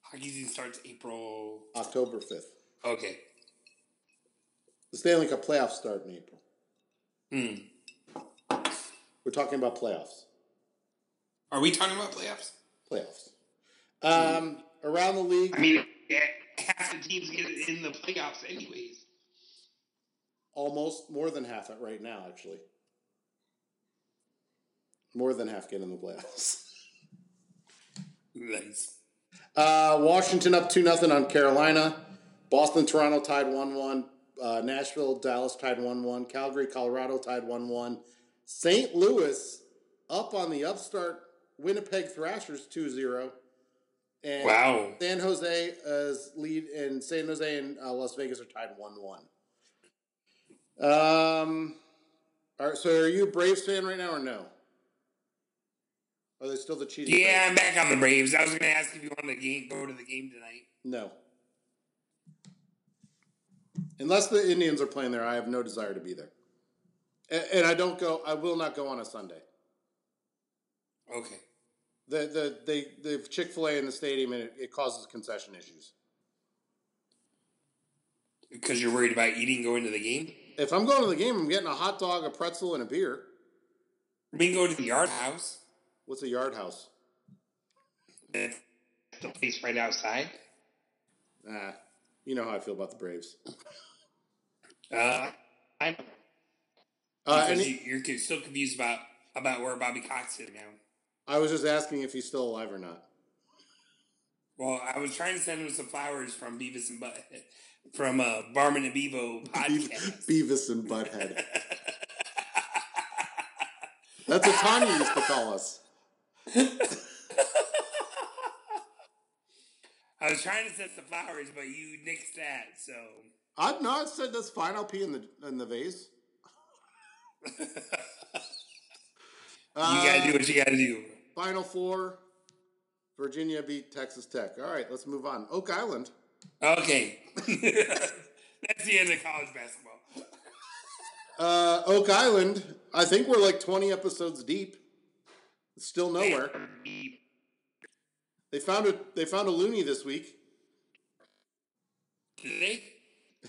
Hockey season starts April. October fifth. Okay. The Stanley Cup playoffs start in April. Hmm. We're talking about playoffs. Are we talking about playoffs? Playoffs. Hmm. Um, around the league, I mean, yeah, half the teams get in the playoffs anyways. almost more than half it right now, actually. More than half get in the playoffs. Nice. Uh, Washington up two nothing on Carolina. Boston Toronto tied one one. Uh, Nashville, Dallas tied 1 1. Calgary, Colorado tied 1 1. St. Louis up on the upstart Winnipeg Thrashers 2 0. And Wow. San Jose as lead, and San Jose and uh, Las Vegas are tied 1 1. Um, all right, so are you a Braves fan right now or no? Are they still the cheating? Yeah, Braves? I'm back on the Braves. I was going to ask if you wanted to game, go to the game tonight. No. Unless the Indians are playing there, I have no desire to be there. And, and I don't go. I will not go on a Sunday. Okay. The the they the Chick Fil A in the stadium and it, it causes concession issues. Because you're worried about eating going to the game? If I'm going to the game, I'm getting a hot dog, a pretzel, and a beer. We can go to the yard house. What's a yard house? That's the place right outside. Ah, you know how I feel about the Braves. Uh, I know. Uh, Because and you, you're con- still confused about, about where Bobby Cox is now. I was just asking if he's still alive or not. Well, I was trying to send him some flowers from Beavis and Butt from uh, Barman and Bevo podcast. Beavis and Butthead. That's what Tanya used to call us. I was trying to send the flowers, but you nixed that. So I've not said that's fine. I'll pee in the in the vase. you Uh, gotta do what you gotta do. Final four. Virginia beat Texas Tech. All right, let's move on. Oak Island. Okay, that's the end of college basketball. Uh, Oak Island. I think we're like 20 episodes deep. Still nowhere. They found a they found a loony this week. Did they?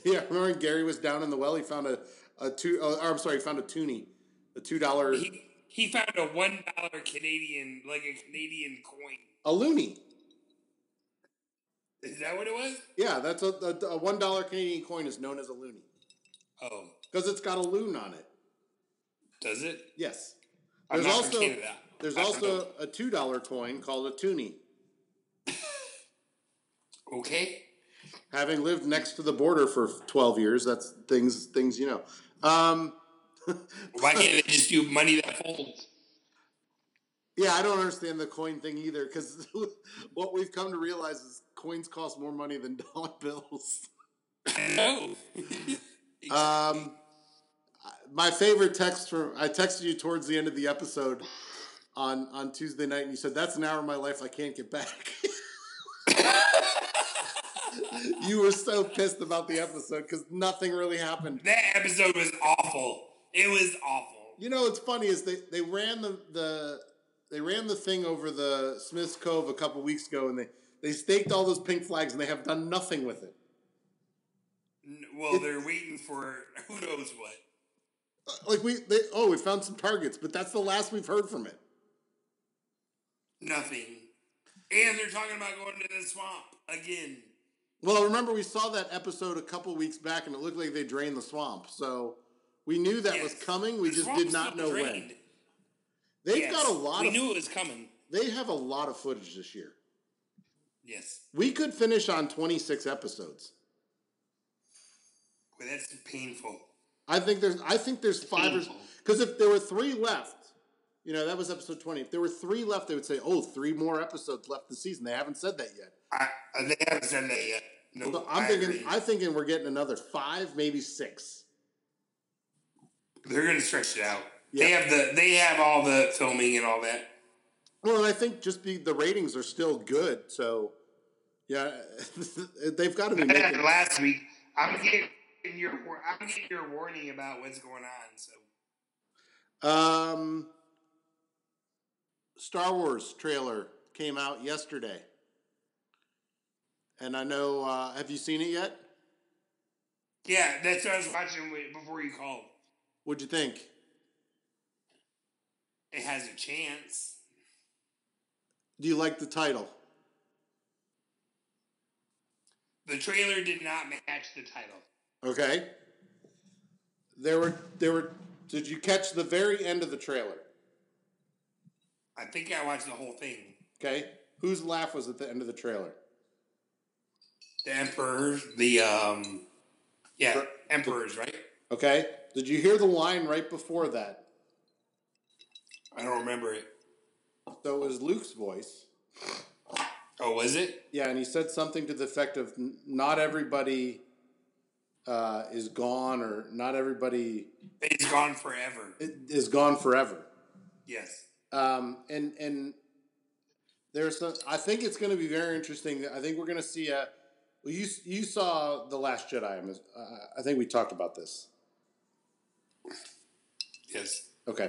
Yeah, remember when Gary was down in the well. He found a a two. Oh, I'm sorry, he found a toonie, a two dollar He, he found a one dollar Canadian, like a Canadian coin. a loony. Is that what it was? Yeah, that's a, a, a one dollar Canadian coin is known as a loony Oh, because it's got a loon on it. does it? Yes. I'm There's not from also Canada. there's I don't also a two dollar coin called a toonie. Okay. Having lived next to the border for 12 years, that's things things you know. Um, Why can't they just do money that folds? yeah, I don't understand the coin thing either because what we've come to realize is coins cost more money than dollar bills. No. Um, my favorite text from I texted you towards the end of the episode on on Tuesday night, and you said that's an hour of my life I can't get back. you were so pissed about the episode because nothing really happened. that episode was awful. It was awful. You know what's funny is they, they ran the, the they ran the thing over the Smiths Cove a couple weeks ago and they, they staked all those pink flags and they have done nothing with it. N- Well, they're waiting for who knows what. Like we they oh we found some targets, but that's the last we've heard from it. Nothing. And they're talking about going to the swamp again. Well, remember we saw that episode a couple weeks back and it looked like they drained the swamp. So we knew that was Yes. coming. We The just swamp did not still know when. drained. They've Yes. got a lot We of knew it was coming. they have a lot of footage this year. Yes. We could finish on 26 episodes. Well, that's painful. I think there's I think there's five or painful. because if there were three left, you know, that was episode 20. If there were three left, they would say, "Oh, three more episodes left this season." They haven't said that yet. I, I- they haven't said that yet. No, So I'm I thinking agree. I'm thinking we're getting another 5, maybe 6. they're going to stretch it out. They Yeah. have the they have all the filming and all that. Well, and I think just the the ratings are still good, so yeah, they've got to be That happened making last week. I'm getting your war- I'm getting your warning about what's going on. So um Star Wars trailer came out yesterday. And I know uh, have you seen it yet? yeah, that's what I was watching wi- before you called. What'd you think? It has a chance. Do you like the title? The trailer did not match the title. Okay. There were there were did you catch the very end of the trailer? I think I watched the whole thing. Okay? Whose laugh was at the end of the trailer? The Emperor, the um, yeah, Jar- Emperors, right? Okay. Did you hear the line right before that? I don't remember it. So it was Luke's voice. Oh, was it? Yeah, and he said something to the effect of "N- "Not everybody uh, is gone, or not everybody It's gone forever. i- is gone forever." Yes. Um, and and there's some. I think it's going to be very interesting. I think we're going to see a. Well, you you saw the Last Jedi. I'm- Uh, I think we talked about this. Yes. Okay.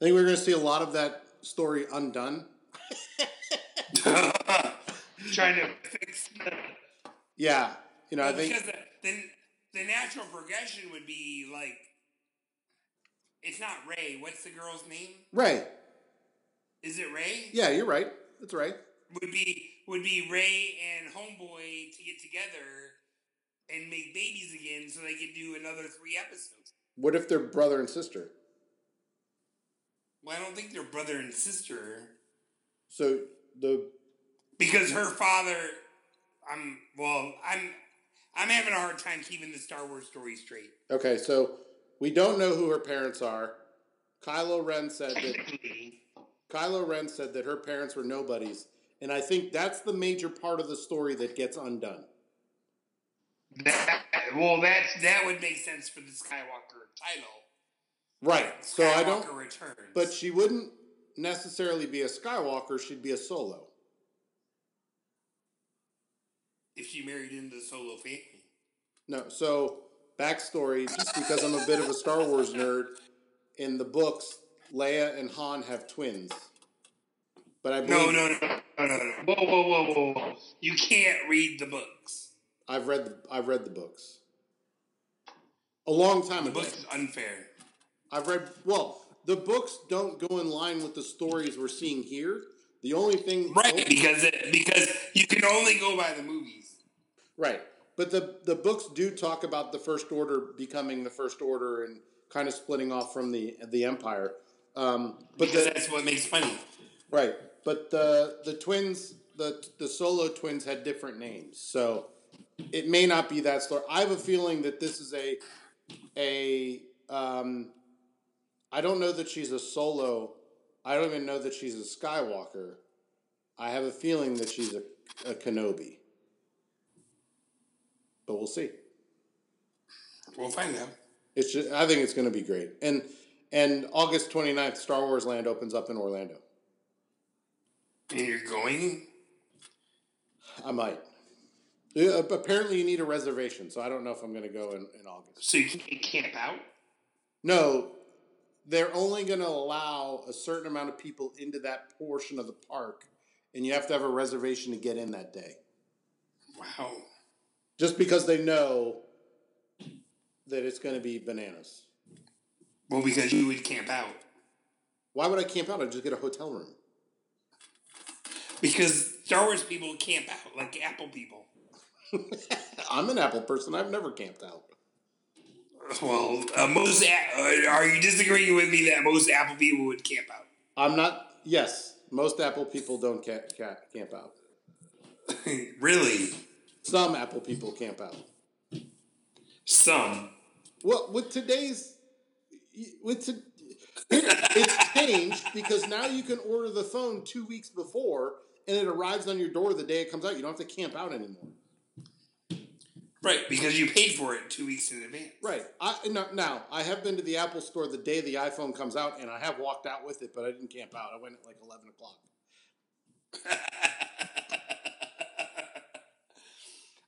I think we're going to see a lot of that story undone. Trying to fix the Yeah, you know, I think because the, the the natural progression would be like it's not Ray. What's the girl's name? Ray. Is it Ray? Yeah, you're right. That's right. Would be would be Ray and Homeboy to get together and make babies again, so they could do another three episodes. What if they're brother and sister? Well, I don't think they're brother and sister So the because her father. I'm well. I'm I'm having a hard time keeping the Star Wars story straight. okay, so we don't know who her parents are. Kylo Ren said that Kylo Ren said that her parents were nobodies, and I think that's the major part of the story that gets undone. That, well, that's that would make sense for the Skywalker title. Right. So I don't. Skywalker Returns. But she wouldn't necessarily be a Skywalker. She'd be a Solo. if she married into the Solo family, No. So backstory, just because I'm a bit of a Star Wars nerd, in the books, Leia and Han have twins. But I believe no, no, no, no, no, no. Whoa, whoa, whoa, whoa, whoa! You can't read the books. I've read the I've read the books. A long time The ago. book is unfair. I've read well, the books don't go in line with the stories we're seeing here. The only thing Right, because it, because you can only go by the movies. oh, Right. But the the books do talk about the first order becoming the first order and kind of splitting off from the the empire. Um, but Because the, that's what makes money. right, but the the twins, the the solo twins had different names, so it may not be that story. I have a feeling that this is a a um, I don't know that she's a solo. I don't even know that she's a Skywalker. I have a feeling that she's a, a Kenobi, but we'll see. We'll find out. It's just, I think it's going to be great. And and August 29th, Star Wars Land opens up in Orlando. And you're going. I might. Yeah, ap- apparently, you need a reservation, so I don't know if I'm going to go in, in August. So you can't camp out? No, they're only going to allow a certain amount of people into that portion of the park, and you have to have a reservation to get in that day. Wow. Just because they know that it's going to be bananas. Well, because you would camp out. Why would I camp out? I'd just get a hotel room. Because Star Wars people camp out, like Apple people. I'm an Apple person. I've never camped out. Well, uh, most a- uh, are you disagreeing with me that most Apple people would camp out? I'm not. Yes, most Apple people don't camp, camp, camp out. really? Some Apple people camp out. Some. Well, with today's, with to, it's changed because now you can order the phone two weeks before and it arrives on your door the day it comes out. You don't have to camp out anymore. Right, because you paid for it two weeks in advance. Right. I no, now I have been to the Apple store the day the iPhone comes out, and I have walked out with it, but I didn't camp out. I went at like eleven o'clock.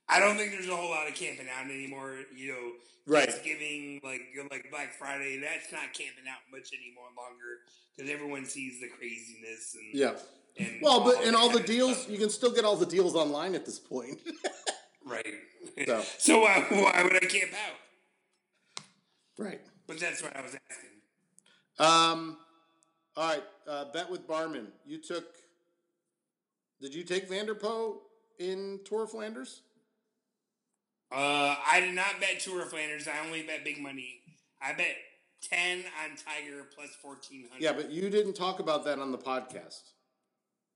I don't think there's a whole lot of camping out anymore. You know, Right. Thanksgiving, like like Black Friday, that's not camping out much anymore longer because everyone sees the craziness and Yeah. and Well, but and that all the kind of deals, stuff. you can still get all the deals online at this point. right? So. So, why, why would I camp out? right. But that's what I was asking. Um. All right. Uh, bet with Barman. You took. Did you take Vanderpoe in Tour of Flanders? Uh, I did not bet Tour of Flanders. I only bet big money. I bet ten on Tiger plus fourteen hundred. Yeah, but you didn't talk about that on the podcast.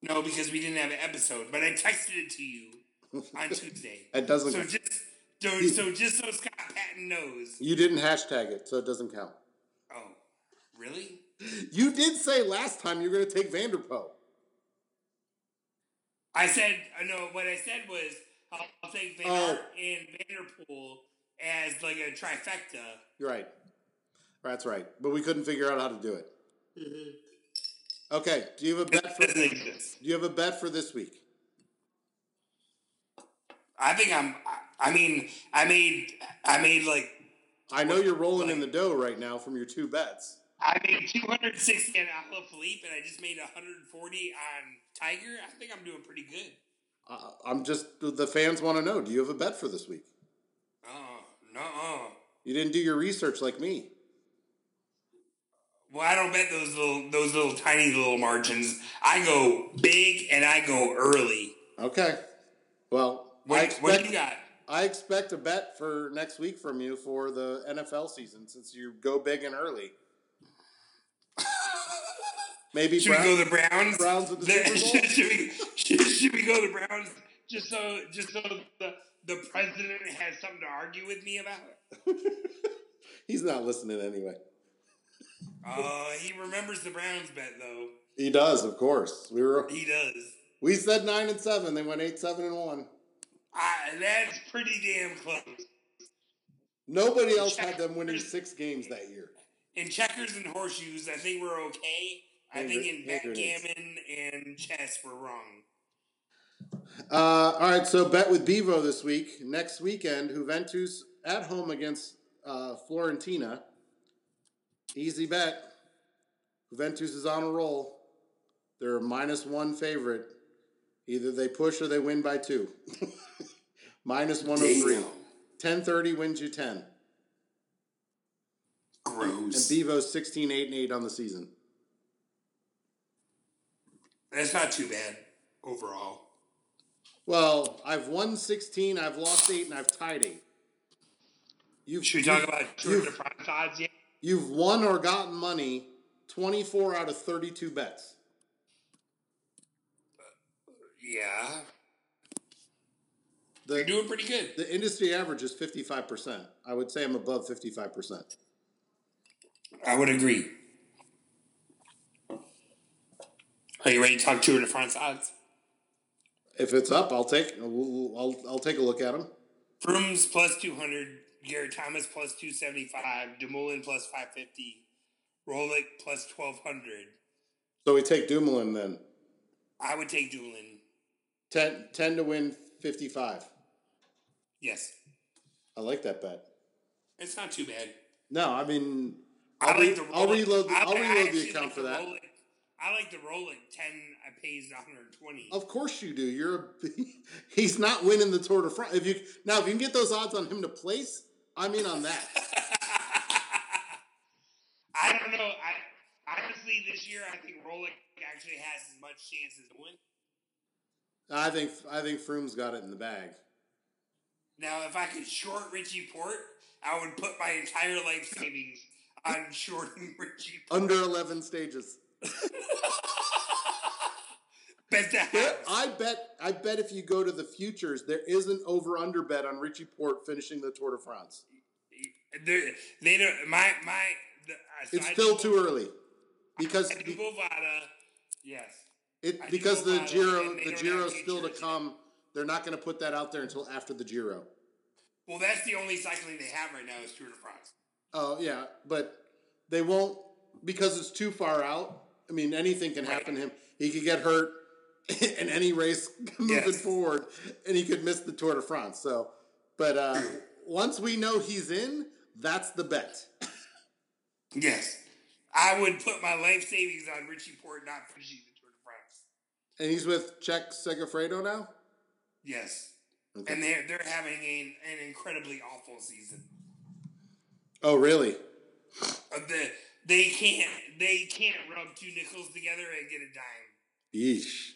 No, because we didn't have an episode, but I texted it to you on Tuesday. That doesn't. so just so, so just so Scott patent nose. You didn't hashtag it, so it doesn't count. Oh, really? You did say last time you were going to take Vanderpoel. I said uh, no. What I said was I'll, I'll take Van Oh. Aert and Vanderpool as like a trifecta. You're right. That's right. But we couldn't figure out how to do it. Okay. Do you have a bet for Doesn't Do exist. you have a bet for this week? I think I'm. I- I mean, I made. I made like. I know you're rolling in the dough right now from your two bets. I made 260 on Alaphilippe, and I just made 140 on Tiger. I think I'm doing pretty good. I, I'm just the fans want to know. Do you have a bet for this week? Oh no. uh. You didn't do your research like me. Well, I don't bet those little those little tiny little margins. I go big and I go early. Okay. Well, I What, expect what you got? I expect a bet for next week from you for the NFL season since you go big and early. Maybe Should we Brown, go the Browns? Browns with the Super Bowl? should, we, should, should we go the Browns just so just so the, the president has something to argue with me about? He's not listening anyway. Uh, he remembers the Browns bet though. He does, of course. We were He does. we said nine and seven. They went eight, seven, and one. I, that's pretty damn close. Nobody else had them winning six games that year. In checkers and horseshoes, I think we're okay. I Hand think gre- in hand grenades. backgammon and chess, we're wrong. Uh, all right, so bet with Bevo this week. Next weekend, Juventus at home against uh, Florentina. Easy bet. Juventus is on a roll. They're a minus one favorite. Either they push or they win by two. minus 103. 1030 wins you 10. And Gross. Bevo's 16, 8, and 8 on the season. That's not too bad overall. Well, I've won 16, I've lost 8, and I've tied 8. You've, Should we talk about Tour de you've, France odds yet? you've won or gotten money 24 out of 32 bets. Yeah. You're The, doing pretty good. the industry average is 55%. I would say I'm above 55%. I would agree. Are you ready to talk Tour de France odds? If it's up, I'll take I'll, I'll take a look at them. Frooms plus 200, Garrett Thomas plus 275, Dumoulin plus 550, Rolick plus 1200. So we take Dumoulin then. I would take Doolin. 10, 10 to win 55. Yes. I like that bet. It's not too bad. No, I mean, I I'll, re- like the I'll Rolex. reload the, I- I'll I reload the actually account like for the that. Rolex. I like the Rolex 10 I pays 120. Of course you do. You're a, he's not winning the Tour de France. If you now if you can get those odds on him to place, I'm in on that. I don't know. I honestly this year I think Rolex actually has as much chance as win. I think I think Froome's got it in the bag. Now if I could short Richie Port, I would put my entire life savings on shorting Richie Port. Under eleven stages. Bet the There, house. I bet I bet if you go to the futures, there is an over under bet on Richie Port finishing the Tour de France. They're- they don't my my the, I- so It's I still do- too early. Because I do Bovada. Yes. it I do because go the by those, Giro and they the don't Giro's have still to futures. come. They're not gonna put that out there until after the Giro. Well, that's the only cycling they have right now is Tour de France. Oh yeah, but they won't because it's too far out. I mean, anything can happen to him. He could get hurt in any race moving Yes. forward, and he could miss the Tour de France. So, but uh, once we know he's in, that's the bet. Yes. I would put my life savings on Richie Port not finishing the Tour de France. And he's with Czech Segafredo now. Yes. Okay. And they're they're having an, an incredibly awful season. Oh, really? Uh, the, they can't they can't rub two nickels together and get a dime. Yeesh.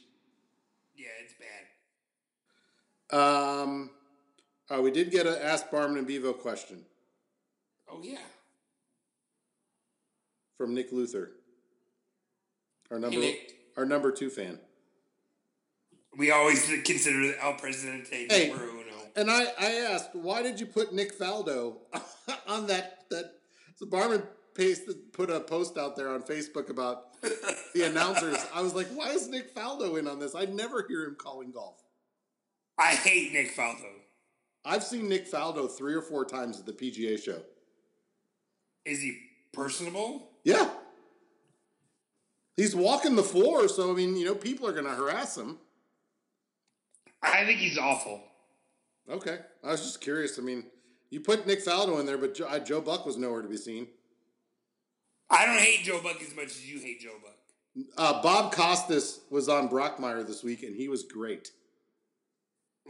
Yeah, it's bad. Um, oh, we did get an Ask Barman and Bevo question Oh yeah. from Nick Luther, our number Nick. our number two fan. We always consider El Presidente Hey. numero uno. And I, I asked, why did you put Nick Faldo on that? That so Barman paste put a post out there on Facebook about the announcers. I was like, why is Nick Faldo in on this? I never hear him calling golf. I hate Nick Faldo. I've seen Nick Faldo three or four times at the PGA show. Is he personable? Yeah. He's walking the floor, so I mean, you know, people are going to harass him. I think he's awful. Okay. I was just curious. I mean, you put Nick Faldo in there, but Joe, Joe Buck was nowhere to be seen. I don't hate Joe Buck as much as you hate Joe Buck. Uh, Bob Costas was on Brockmire this week, and he was great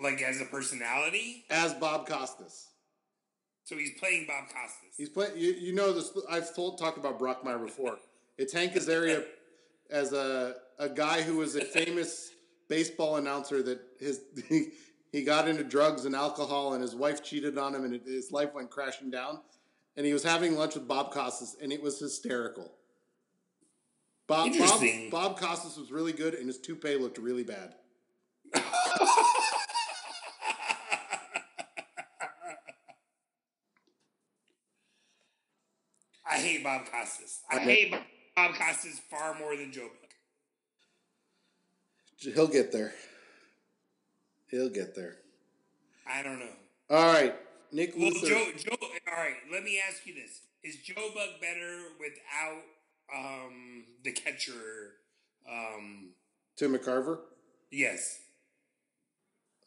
Like as a personality, as Bob Costas. so he's playing Bob Costas. He's playing. You, you know this. I've told talked about Brockmire before. It's Hank Azaria as a a guy who was a famous baseball announcer that his he, he got into drugs and alcohol, and his wife cheated on him, and it, his life went crashing down. And he was having lunch with Bob Costas, and it was hysterical. Bob Bob, Interesting. Bob Costas was really good, and his toupee looked really bad. I hate Bob Costas. I Okay. hate Bob Costas far more than Joe Buck. He'll get there. He'll get there. I don't know. All right, Nick Well, Luther. Joe, Joe. All right, let me ask you this: Is Joe Buck better without um, the catcher? Um, Tim McCarver. yes.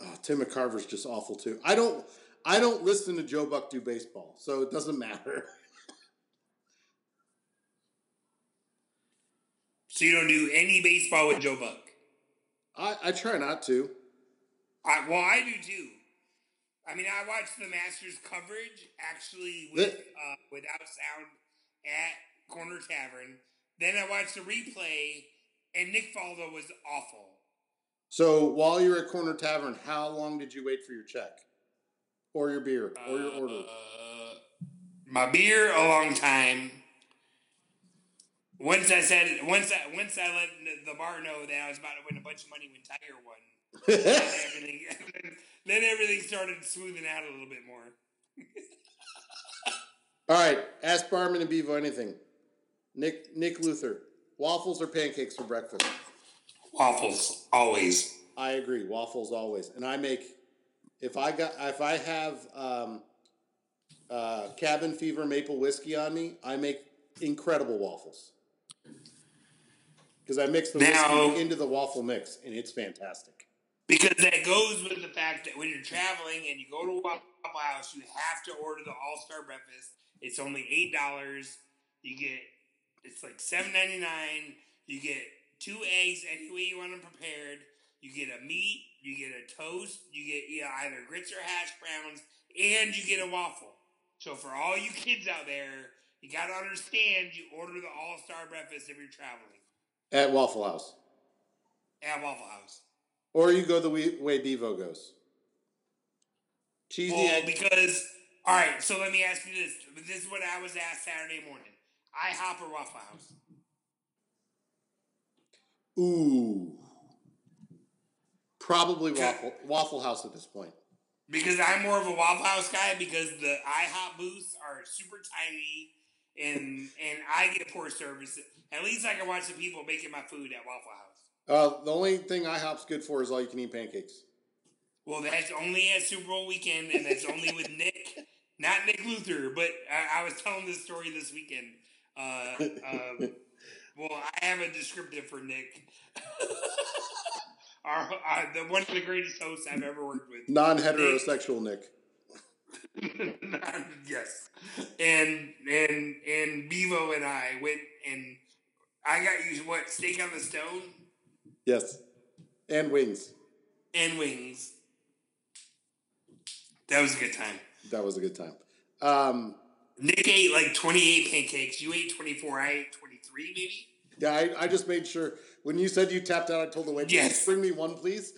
Oh, Tim McCarver's just awful too. I don't I don't listen to Joe Buck do baseball, so it doesn't matter. So you don't do any baseball with Joe Buck. I, I try not to. I, well, I do too. I mean, I watched the Masters coverage actually with The- uh, without sound at Corner Tavern. Then I watched the replay, and Nick Faldo was awful. So while you're at Corner Tavern, how long did you wait for your check? Or your beer? Or your order? Uh, my beer a long time. Once I said once I once I let the- the bar know that I was about to win a bunch of money when Tiger won. Then everything, then everything started smoothing out a little bit more. All right, ask Barman and Bevo anything. Nick Nick Luther. Waffles or pancakes for breakfast? Waffles always. I agree. Waffles always. And I make if I got if I have um, uh, cabin fever maple whiskey on me, I make incredible waffles. Because I mix the Now- whiskey into the waffle mix and it's fantastic. Because that goes with the fact that when you're traveling and you go to Waffle House, you have to order the All Star Breakfast. It's only eight dollars. You get it's like seven ninety nine. You get two eggs any way you want them prepared. You get a meat. You get a toast. You get you know, either grits or hash browns, and you get a waffle. So for all you kids out there, you got to understand you order the All Star Breakfast if you're traveling At Waffle House. at Waffle House. Or you go the way, way Bevo goes. Cheesy Well, egg. because all right, so let me ask you this. This is what I was asked Saturday morning. I hop or Waffle House. Ooh. Probably waffle Waffle House at this point. Because I'm more of a Waffle House guy because the IHOP booths are super tiny and and I get poor service. At least I can watch the people making my food at Waffle House. Uh, the only thing IHOP's good for is all you can eat pancakes. Well, that's only at Super Bowl weekend, and that's only with Nick, not Nick Luther. But I, I was telling this story this weekend. Uh, uh, well, I have a descriptive for Nick. Our, our, the, one of the greatest hosts I've ever worked with. Non heterosexual Nick. yes, and and and Bevo and I went and I got you what steak on the stone Yes. And wings. and wings. That was a good time. That was a good time. Um, Nick ate like 28 pancakes. You ate 24. I ate 23, maybe. yeah, I, I just made sure when you said you tapped out, I told the waitress, Yes. bring me one, please.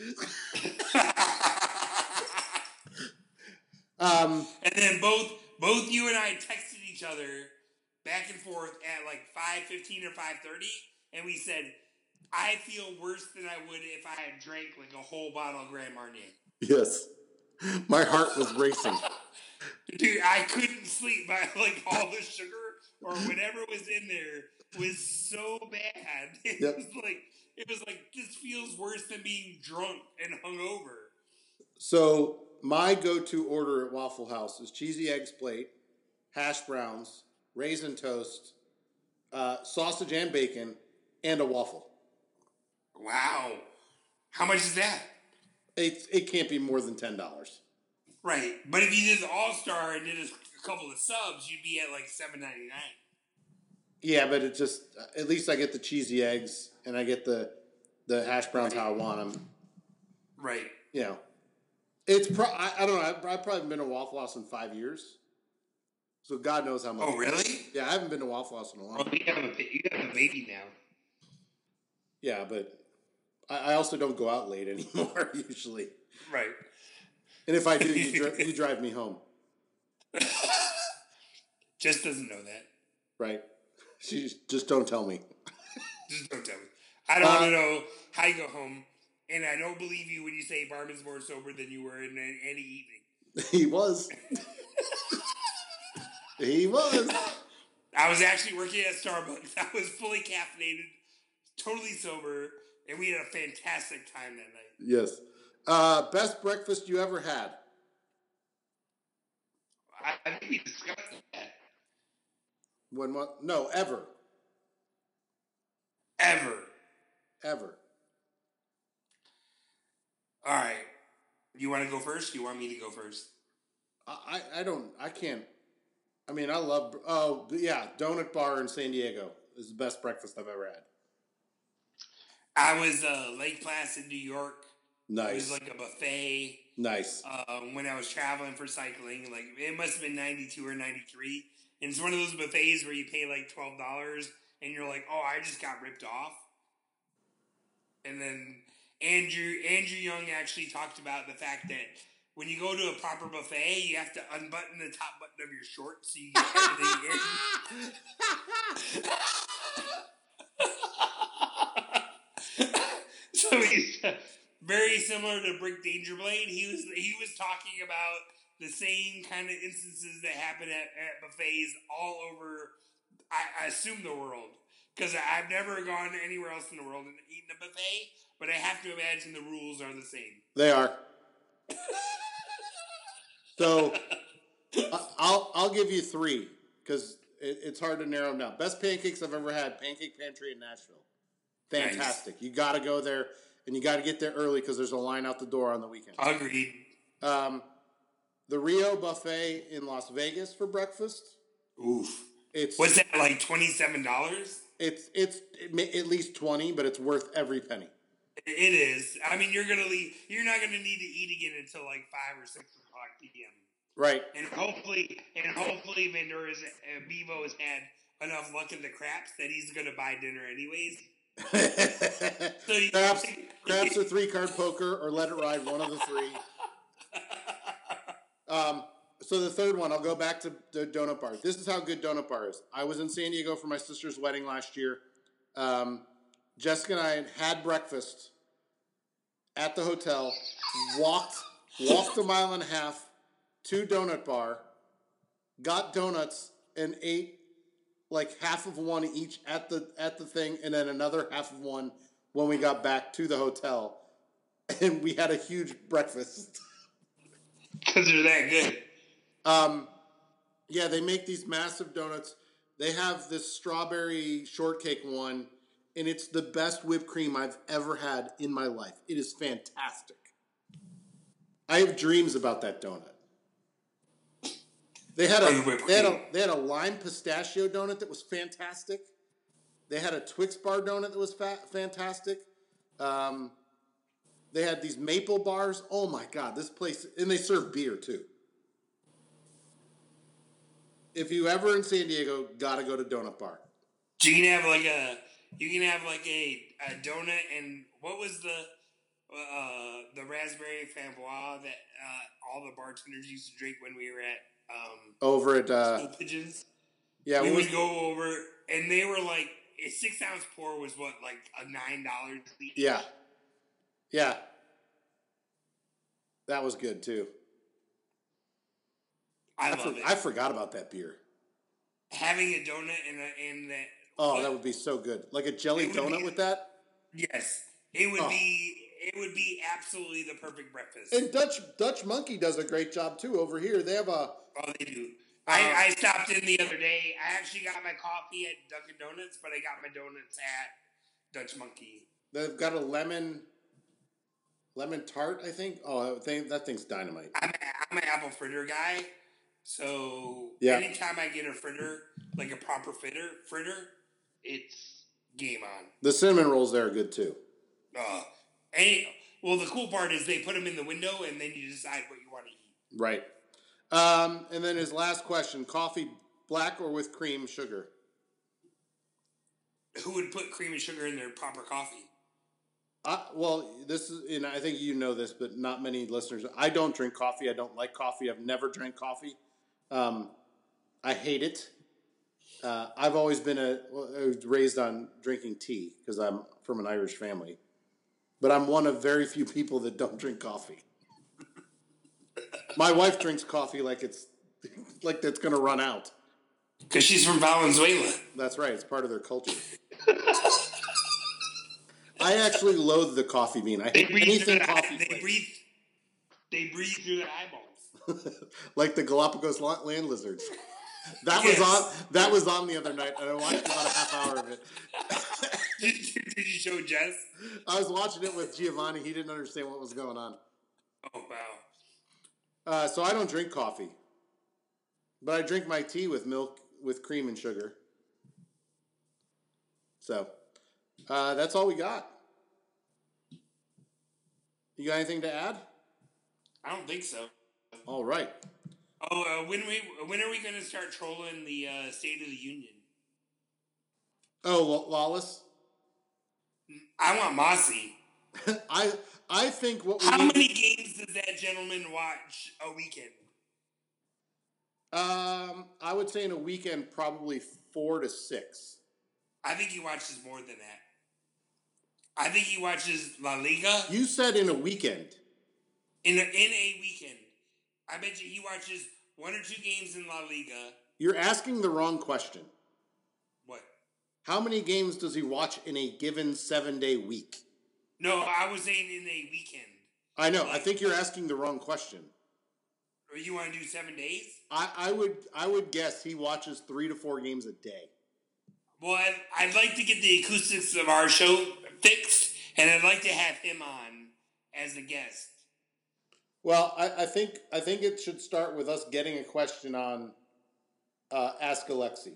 Um, and then both both you and I texted each other back and forth at like 5:15 or 5:30, and we said, "I feel worse than I would if I had drank like a whole bottle of Grand Marnier." yes. My heart was racing. Dude, I couldn't sleep. I, like all the sugar or whatever was in there was so bad. It Yep. was like it was like this feels worse than being drunk and hungover. So my go-to order at Waffle House is cheesy eggs plate, hash browns, raisin toast, uh, sausage and bacon, and a waffle. Wow. How much is that? It it can't be more than ten dollars. Right. But if you did the All Star and did a couple of subs, you'd be at like seven ninety nine. Yeah, but it just at least I get the cheesy eggs and I get the the hash browns how I want them. Right. You know, it's pro. I, I don't know. I've, I've probably been to Waffle House in five years, so God knows how much. Oh really? Yeah, I haven't been to Waffle House in a long. Well, time. you have a you have a baby now. Yeah, but I, I also don't go out late anymore usually. Right. And if I do, you, dri- you drive me home, Just doesn't know that. right? She just, just don't tell me. Just don't tell me. I don't want Uh, to know how you go home, and I don't believe you when you say Barman's more sober than you were in an- any evening. he was. he was. I was actually working at Starbucks. I was fully caffeinated, totally sober, and we had a fantastic time that night. Yes. Uh, best breakfast you ever had. I, I think we discussed that. When what? No, ever, Ever. ever. All right. You want to go first? You want me to go first? I, I I don't. I can't. I mean, I love. Oh yeah, donut bar in San Diego is the best breakfast I've ever had. I was uh, Lake Placid, New York. It was Nice, like a buffet. nice. um, when I was traveling for cycling. Like it must have been ninety two or ninety three. And it's one of those buffets where you pay like twelve dollars and you're like, oh, I just got ripped off. And then Andrew Andrew Young actually talked about the fact that when you go to a proper buffet, you have to unbutton the top button of your shorts so you get everything in. so he's very similar to Brick Dangerblade. He was he was talking about the same kind of instances that happen at, at buffets all over. I, I assume the world because I've never gone anywhere else in the world and eaten a buffet, but I have to imagine the rules are the same. They are. So I- I'll I'll give you three because it, it's hard to narrow them down. Best pancakes I've ever had: Pancake Pantry in Nashville. Nice. Fantastic. You got to go there, and you got to get there early because there's a line out the door on the weekend. Agreed. Um, the Rio Buffet in Las Vegas for breakfast. Oof. It's Was that like twenty seven dollars? it's it's it ma- at least twenty, but it's worth every penny. It is. I mean, you're gonna leave. You're not gonna need to eat again until like five or six o'clock p.m. Right. And hopefully, and hopefully, Vendora's uh, Bevo's had enough luck in the craps that he's gonna buy dinner anyways. So you- craps, craps or three card poker or let it ride. One of the three. Um, so the third one, I'll go back to the donut bar. This is how good donut bar is. I was in San Diego for my sister's wedding last year. Um, Jessica and I had breakfast at the hotel, walked walked a mile and a half to donut bar, got donuts and ate like half of one each at the at the thing, and then another half of one when we got back to the hotel, and we had a huge breakfast. Because they're that good. Um, yeah, they make these massive donuts. They have this strawberry shortcake one, and it's the best whipped cream I've ever had in my life. It is fantastic. I have dreams about that donut. They had Oh, a whipped they had a cream. they had a lime pistachio donut that was fantastic. They had a Twix bar donut that was fa- fantastic. Um, they had these maple bars. Oh my god, this place! And they serve beer too. If you ever in San Diego, gotta go to Donut Bar. You can have like a. You can have like a, a donut and what was the uh, the raspberry framboise that uh, all the bartenders used to drink when we were at um, Over at uh, Little Pigeons. yeah, we what was- would go over, and they were like a six ounce pour was what like a nine dollars. yeah, yeah. That was good too. I, I, love for- it. I forgot about that beer. Having a donut in a, in that. Oh, that would be so good. Like a jelly It would donut be- with that. yes, it would Oh. be it would be absolutely the perfect breakfast. And Dutch Dutch Monkey does a great job too over here. They have a Oh, they do. I, I stopped in the other day. I actually got my coffee at Dunkin' Donuts, but I got my donuts at Dutch Monkey. they've got a lemon lemon tart, I think. Oh, that thing, that thing's dynamite. I'm a, I'm an apple fritter guy, so Yeah. anytime I get a fritter, like a proper fritter, fritter, it's game on. The cinnamon rolls there are good too. Uh, and, well, the cool part is they put them in the window, and then you decide what you want to eat. Right. Um, and then his last question: coffee black or with cream sugar? Who would put cream and sugar in their proper coffee? Uh, well, this is, and I think you know this, but not many listeners. I don't drink coffee. I don't like coffee. I've never drank coffee. Um, I hate it. Uh, I've always been a well, I was raised on drinking tea because I'm from an Irish family, but I'm one of very few people that don't drink coffee. My wife drinks coffee like it's like that's going to run out. Because she's from Valenzuela. That's right. It's part of their culture. I actually loathe the coffee bean. I They hate breathe through anything the, coffee. eye- they flavored. breathe. They breathe through their eyeballs. like the Galapagos la- land lizards. That Yes. was on. That was on the other night, and I watched about a half hour of it. did, you, did you show Jess? I was watching it with Giovanni. He didn't understand what was going on. Oh wow. Uh, so I don't drink coffee, but I drink my tea with milk with cream and sugar. So uh, that's all we got. You got anything to add? I don't think so. All right. Oh, uh, when we when are we going to start trolling the uh, State of the Union? Oh, Law- Lawless. I want Mossy. I I think what we How need- many games does that gentleman watch a weekend? Um, I would say in a weekend, probably four to six. I think he watches more than that. I think he watches La Liga You said in a weekend. in a, in a weekend. I bet you he watches one or two games in La Liga. You're asking the wrong question. What? How many games does he watch in a given seven day week? No, I was saying in a weekend. I know. I think you're asking the wrong question. Or you want to do seven days? I, I would I would guess he watches three to four games a day. Well, I'd, I'd like to get the acoustics of our show fixed, and I'd like to have him on as a guest. Well, I, I think I think it should start with us getting a question on uh, Ask Alexi.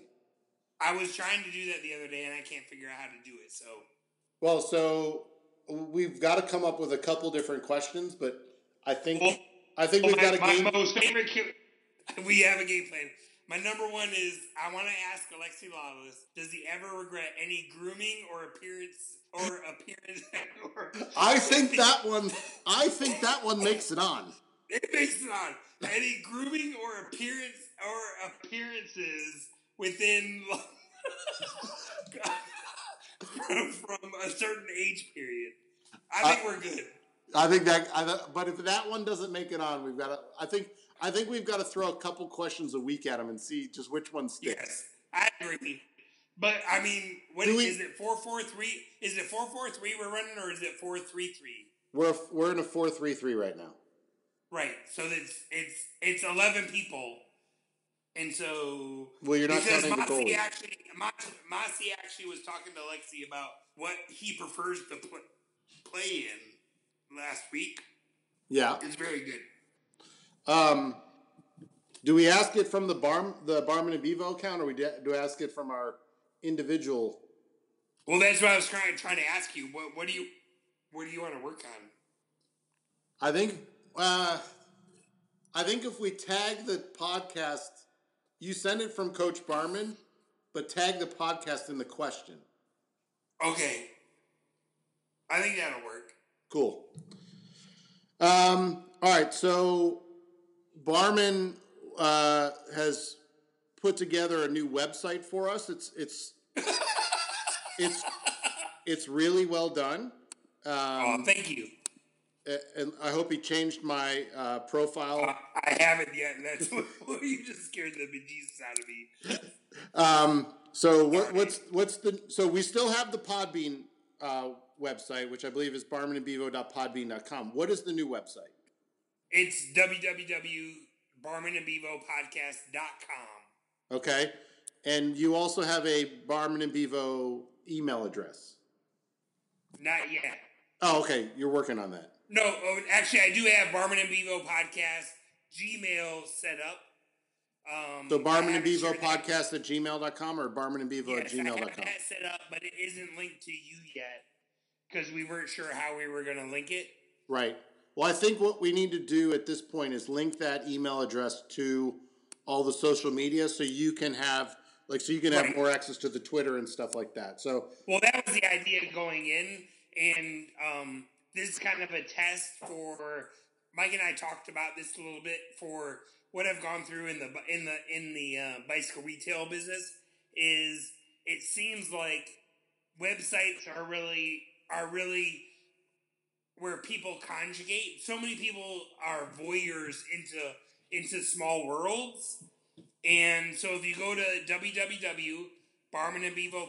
I was trying to do that the other day, and I can't figure out how to do it. So, Well, so we've got to come up with a couple different questions, but I think Well, I think we've my, got a my game. most favorite. ca- We have a game plan. My number one is I want to ask Alexi Lawless: Does he ever regret any grooming or appearance or appearance? or, I think that one. I think that one makes it on. It makes it on any grooming or appearance or appearances within from, from a certain age period. I think we're good. I think that. I, th- but if that one doesn't make it on, we've got to. I think. I think we've got to throw a couple questions a week at him and see just which one sticks. Yes, I agree. But I mean, what Do is we- it? Four four three? Is it four four three we're running, or is it four three three? We're we're in a four three three right now. Right. So it's it's it's eleven people, and so Well, you're not because counting the Mossy goalie. actually Mossy, Mossy actually was talking to Lexi about what he prefers to pl- play in last week. Yeah. It's very good. Um. Do we ask it from the barm the barman and Bevo account, or we de- do we ask it from our individual? Well, that's what I was trying trying to ask you. What what do you what do you want to work on? I think. Uh, I think if we tag the podcast, you send it from Coach Barman, but tag the podcast in the question. Okay, I think that'll work. Cool. Um, all right, so Barman uh, has put together a new website for us. It's it's it's it's really well done. Um, Oh, thank you. a- and I hope he changed my uh, profile. Uh, I haven't yet. and That's what you just scared the bejesus out of me. Um, so what, what's what's the so we still have the Podbean uh, website, which I believe is barmanandbevo.podbean.com. What is the new website? It's www.barmanandbevopodcast.com. Okay, and you also have a Barman and Bevo email address. Not yet. Oh, okay, you're working on that. No, oh, actually, I do have Barman and Bevo Podcast Gmail set up. Um, So Barman and I haven't Bevo shared that- podcast at gmail.com or Barman and Bevo at Yes, I have gmail.com. that set up, but it isn't linked to you yet because we weren't sure how we were going to link it. Right. Well, I think what we need to do at this point is link that email address to all the social media so you can have like so you can have Right. more access to the Twitter and stuff like that. So Well, that was the idea going in, and um, this is kind of a test for Mike and I talked about this a little bit for what I've gone through in the in the in the uh, bicycle retail business. Is it seems like websites are really are really where people conjugate. So many people are voyeurs into into small worlds. And so if you go to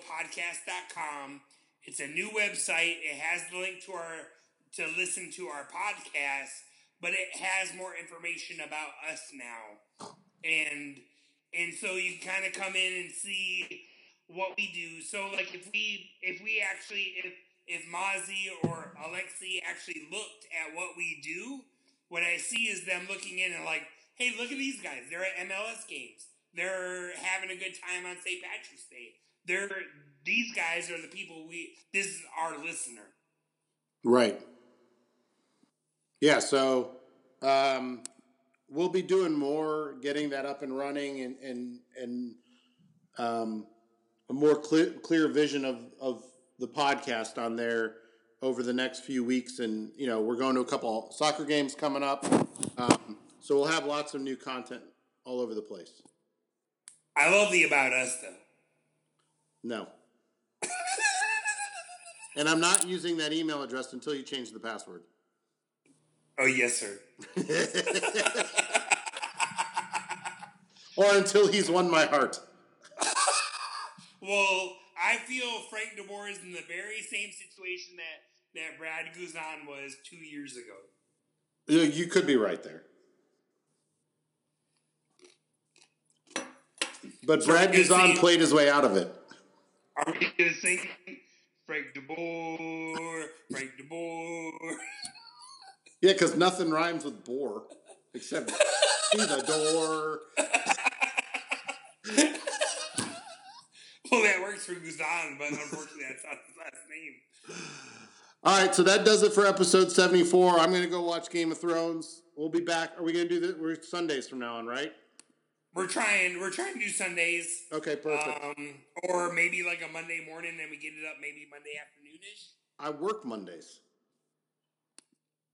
www.barmanandbevopodcast.com, it's a new website. It has the link to our to listen to our podcast, but it has more information about us now. And and so you kind of come in and see what we do. So like if we if we actually if if Mozzie or Alexi actually looked at what we do, what I see is them looking in and like, hey, look at these guys. They're at MLS games. They're having a good time on St. Patrick's Day. They're these guys are the people we. This is our listener. Right. Yeah, so um, we'll be doing more, getting that up and running, and and and um, a more clear clear vision of of the podcast on there over the next few weeks. And you know, we're going to a couple soccer games coming up, um, so we'll have lots of new content all over the place. I love the about us though. No, and I'm not using that email address until you change the password. oh yes, sir. or until he's won my heart. Well, I feel Frank DeBoer is in the very same situation that that Brad Guzan was two years ago. You- You could be right there. But Brad you Guzan see- played his way out of it. Are we gonna sing Frank DeBoer? Frank DeBoer. Yeah, because nothing rhymes with bore except see the door. Well, that works for Guzan, but unfortunately, that's not his last name. All right, so that does it for episode 74. I'm going to go watch Game of Thrones. We'll be back. Are we going to do this? We're Sundays from now on, right? We're trying. We're trying to do Sundays, Okay, perfect. um, or maybe like a Monday morning, and we get it up maybe Monday afternoonish. I work Mondays.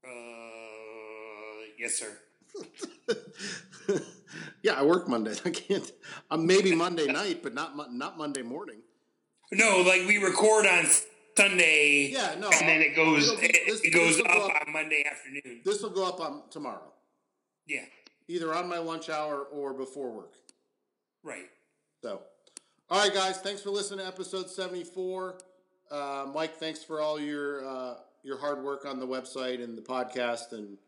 Uh, yes, sir. yeah, I work Mondays. I can't. Uh, maybe Monday night, but not mon- not Monday morning. No, like we record on Sunday. Yeah, no, and then it goes. it'll be- It, this- it goes this'll up go up- on Monday afternoon. This will go up on tomorrow, Yeah, either on my lunch hour or before work. right. So, all right, guys, thanks for listening to episode seventy four. Uh, Mike, thanks for all your uh, your hard work on the website and the podcast and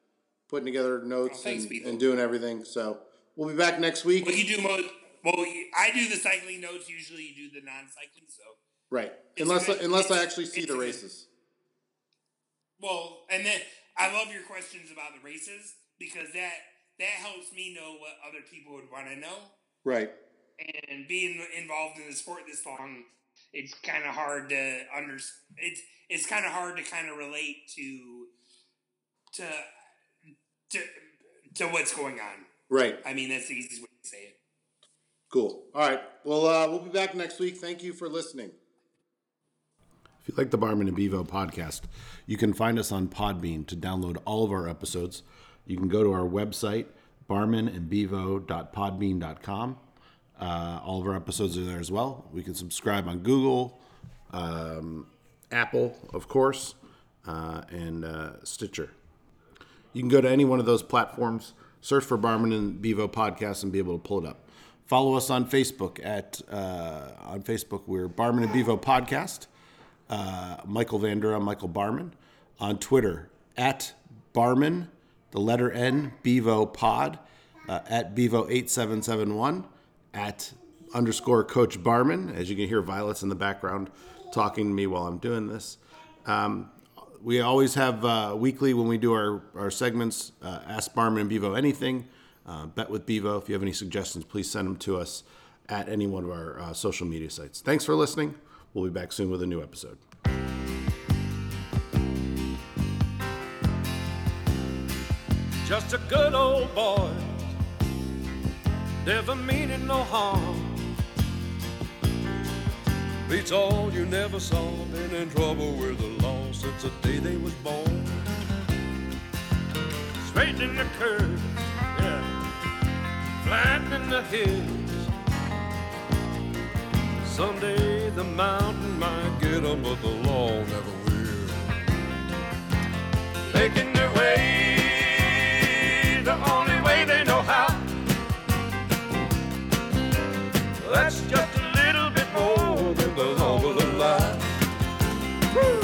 putting together notes Oh, thanks, and, people. and doing everything. So we'll be back next week. Well, you do most. Well, you, I do the cycling notes. Usually, you do the non-cycling. So, right, unless I, good. unless I It's- actually see it's the good. races. well, and then I love your questions about the races because that that helps me know what other people would want to know. Right. And being involved in the sport this long, it's kind of hard to under. It's it's kind of hard to kind of relate to to to to what's going on. Right. I mean, that's the easiest way to say it. Cool. All right. Well, uh, we'll be back next week. Thank you for listening. If you like the Barman and Bevo podcast, you can find us on Podbean to download all of our episodes. You can go to our website, barmanandbevo.podbean.com. Uh, all of our episodes are there as well. We can subscribe on Google, um, Apple, of course, uh, and uh, Stitcher. You can go to any one of those platforms, search for Barman and Bevo podcast, and be able to pull it up. Follow us on Facebook at uh, on Facebook we're Barman and Bevo podcast. Uh, Michael Vander, I'm Michael Barman on Twitter at Barman, the letter N Bevo Pod uh, at Bevo eight seven seven one at underscore Coach Barman. As you can hear, Violet's in the background talking to me while I'm doing this. Um, we always have uh, weekly when we do our, our segments uh, ask barman and bevo anything uh, bet with bevo if you have any suggestions please send them to us at any one of our uh, social media sites thanks for listening we'll be back soon with a new episode Just a good old boy, never meaning no harm. Beats all you never saw, been in trouble with the law since the day they was born. Straightening the curves, yeah, flattening the hills. Someday the mountain might get 'em, but the law never will making their way the only way they know how. That's just a little bit more than the law will allow. Woo!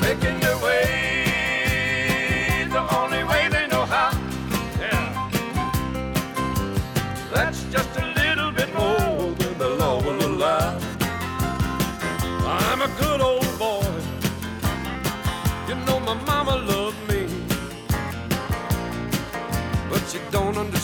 making their way the only way they know how. Yeah. That's just a little bit more than the law will allow. I'm a good old boy. You know my mama loved me, but she don't understand.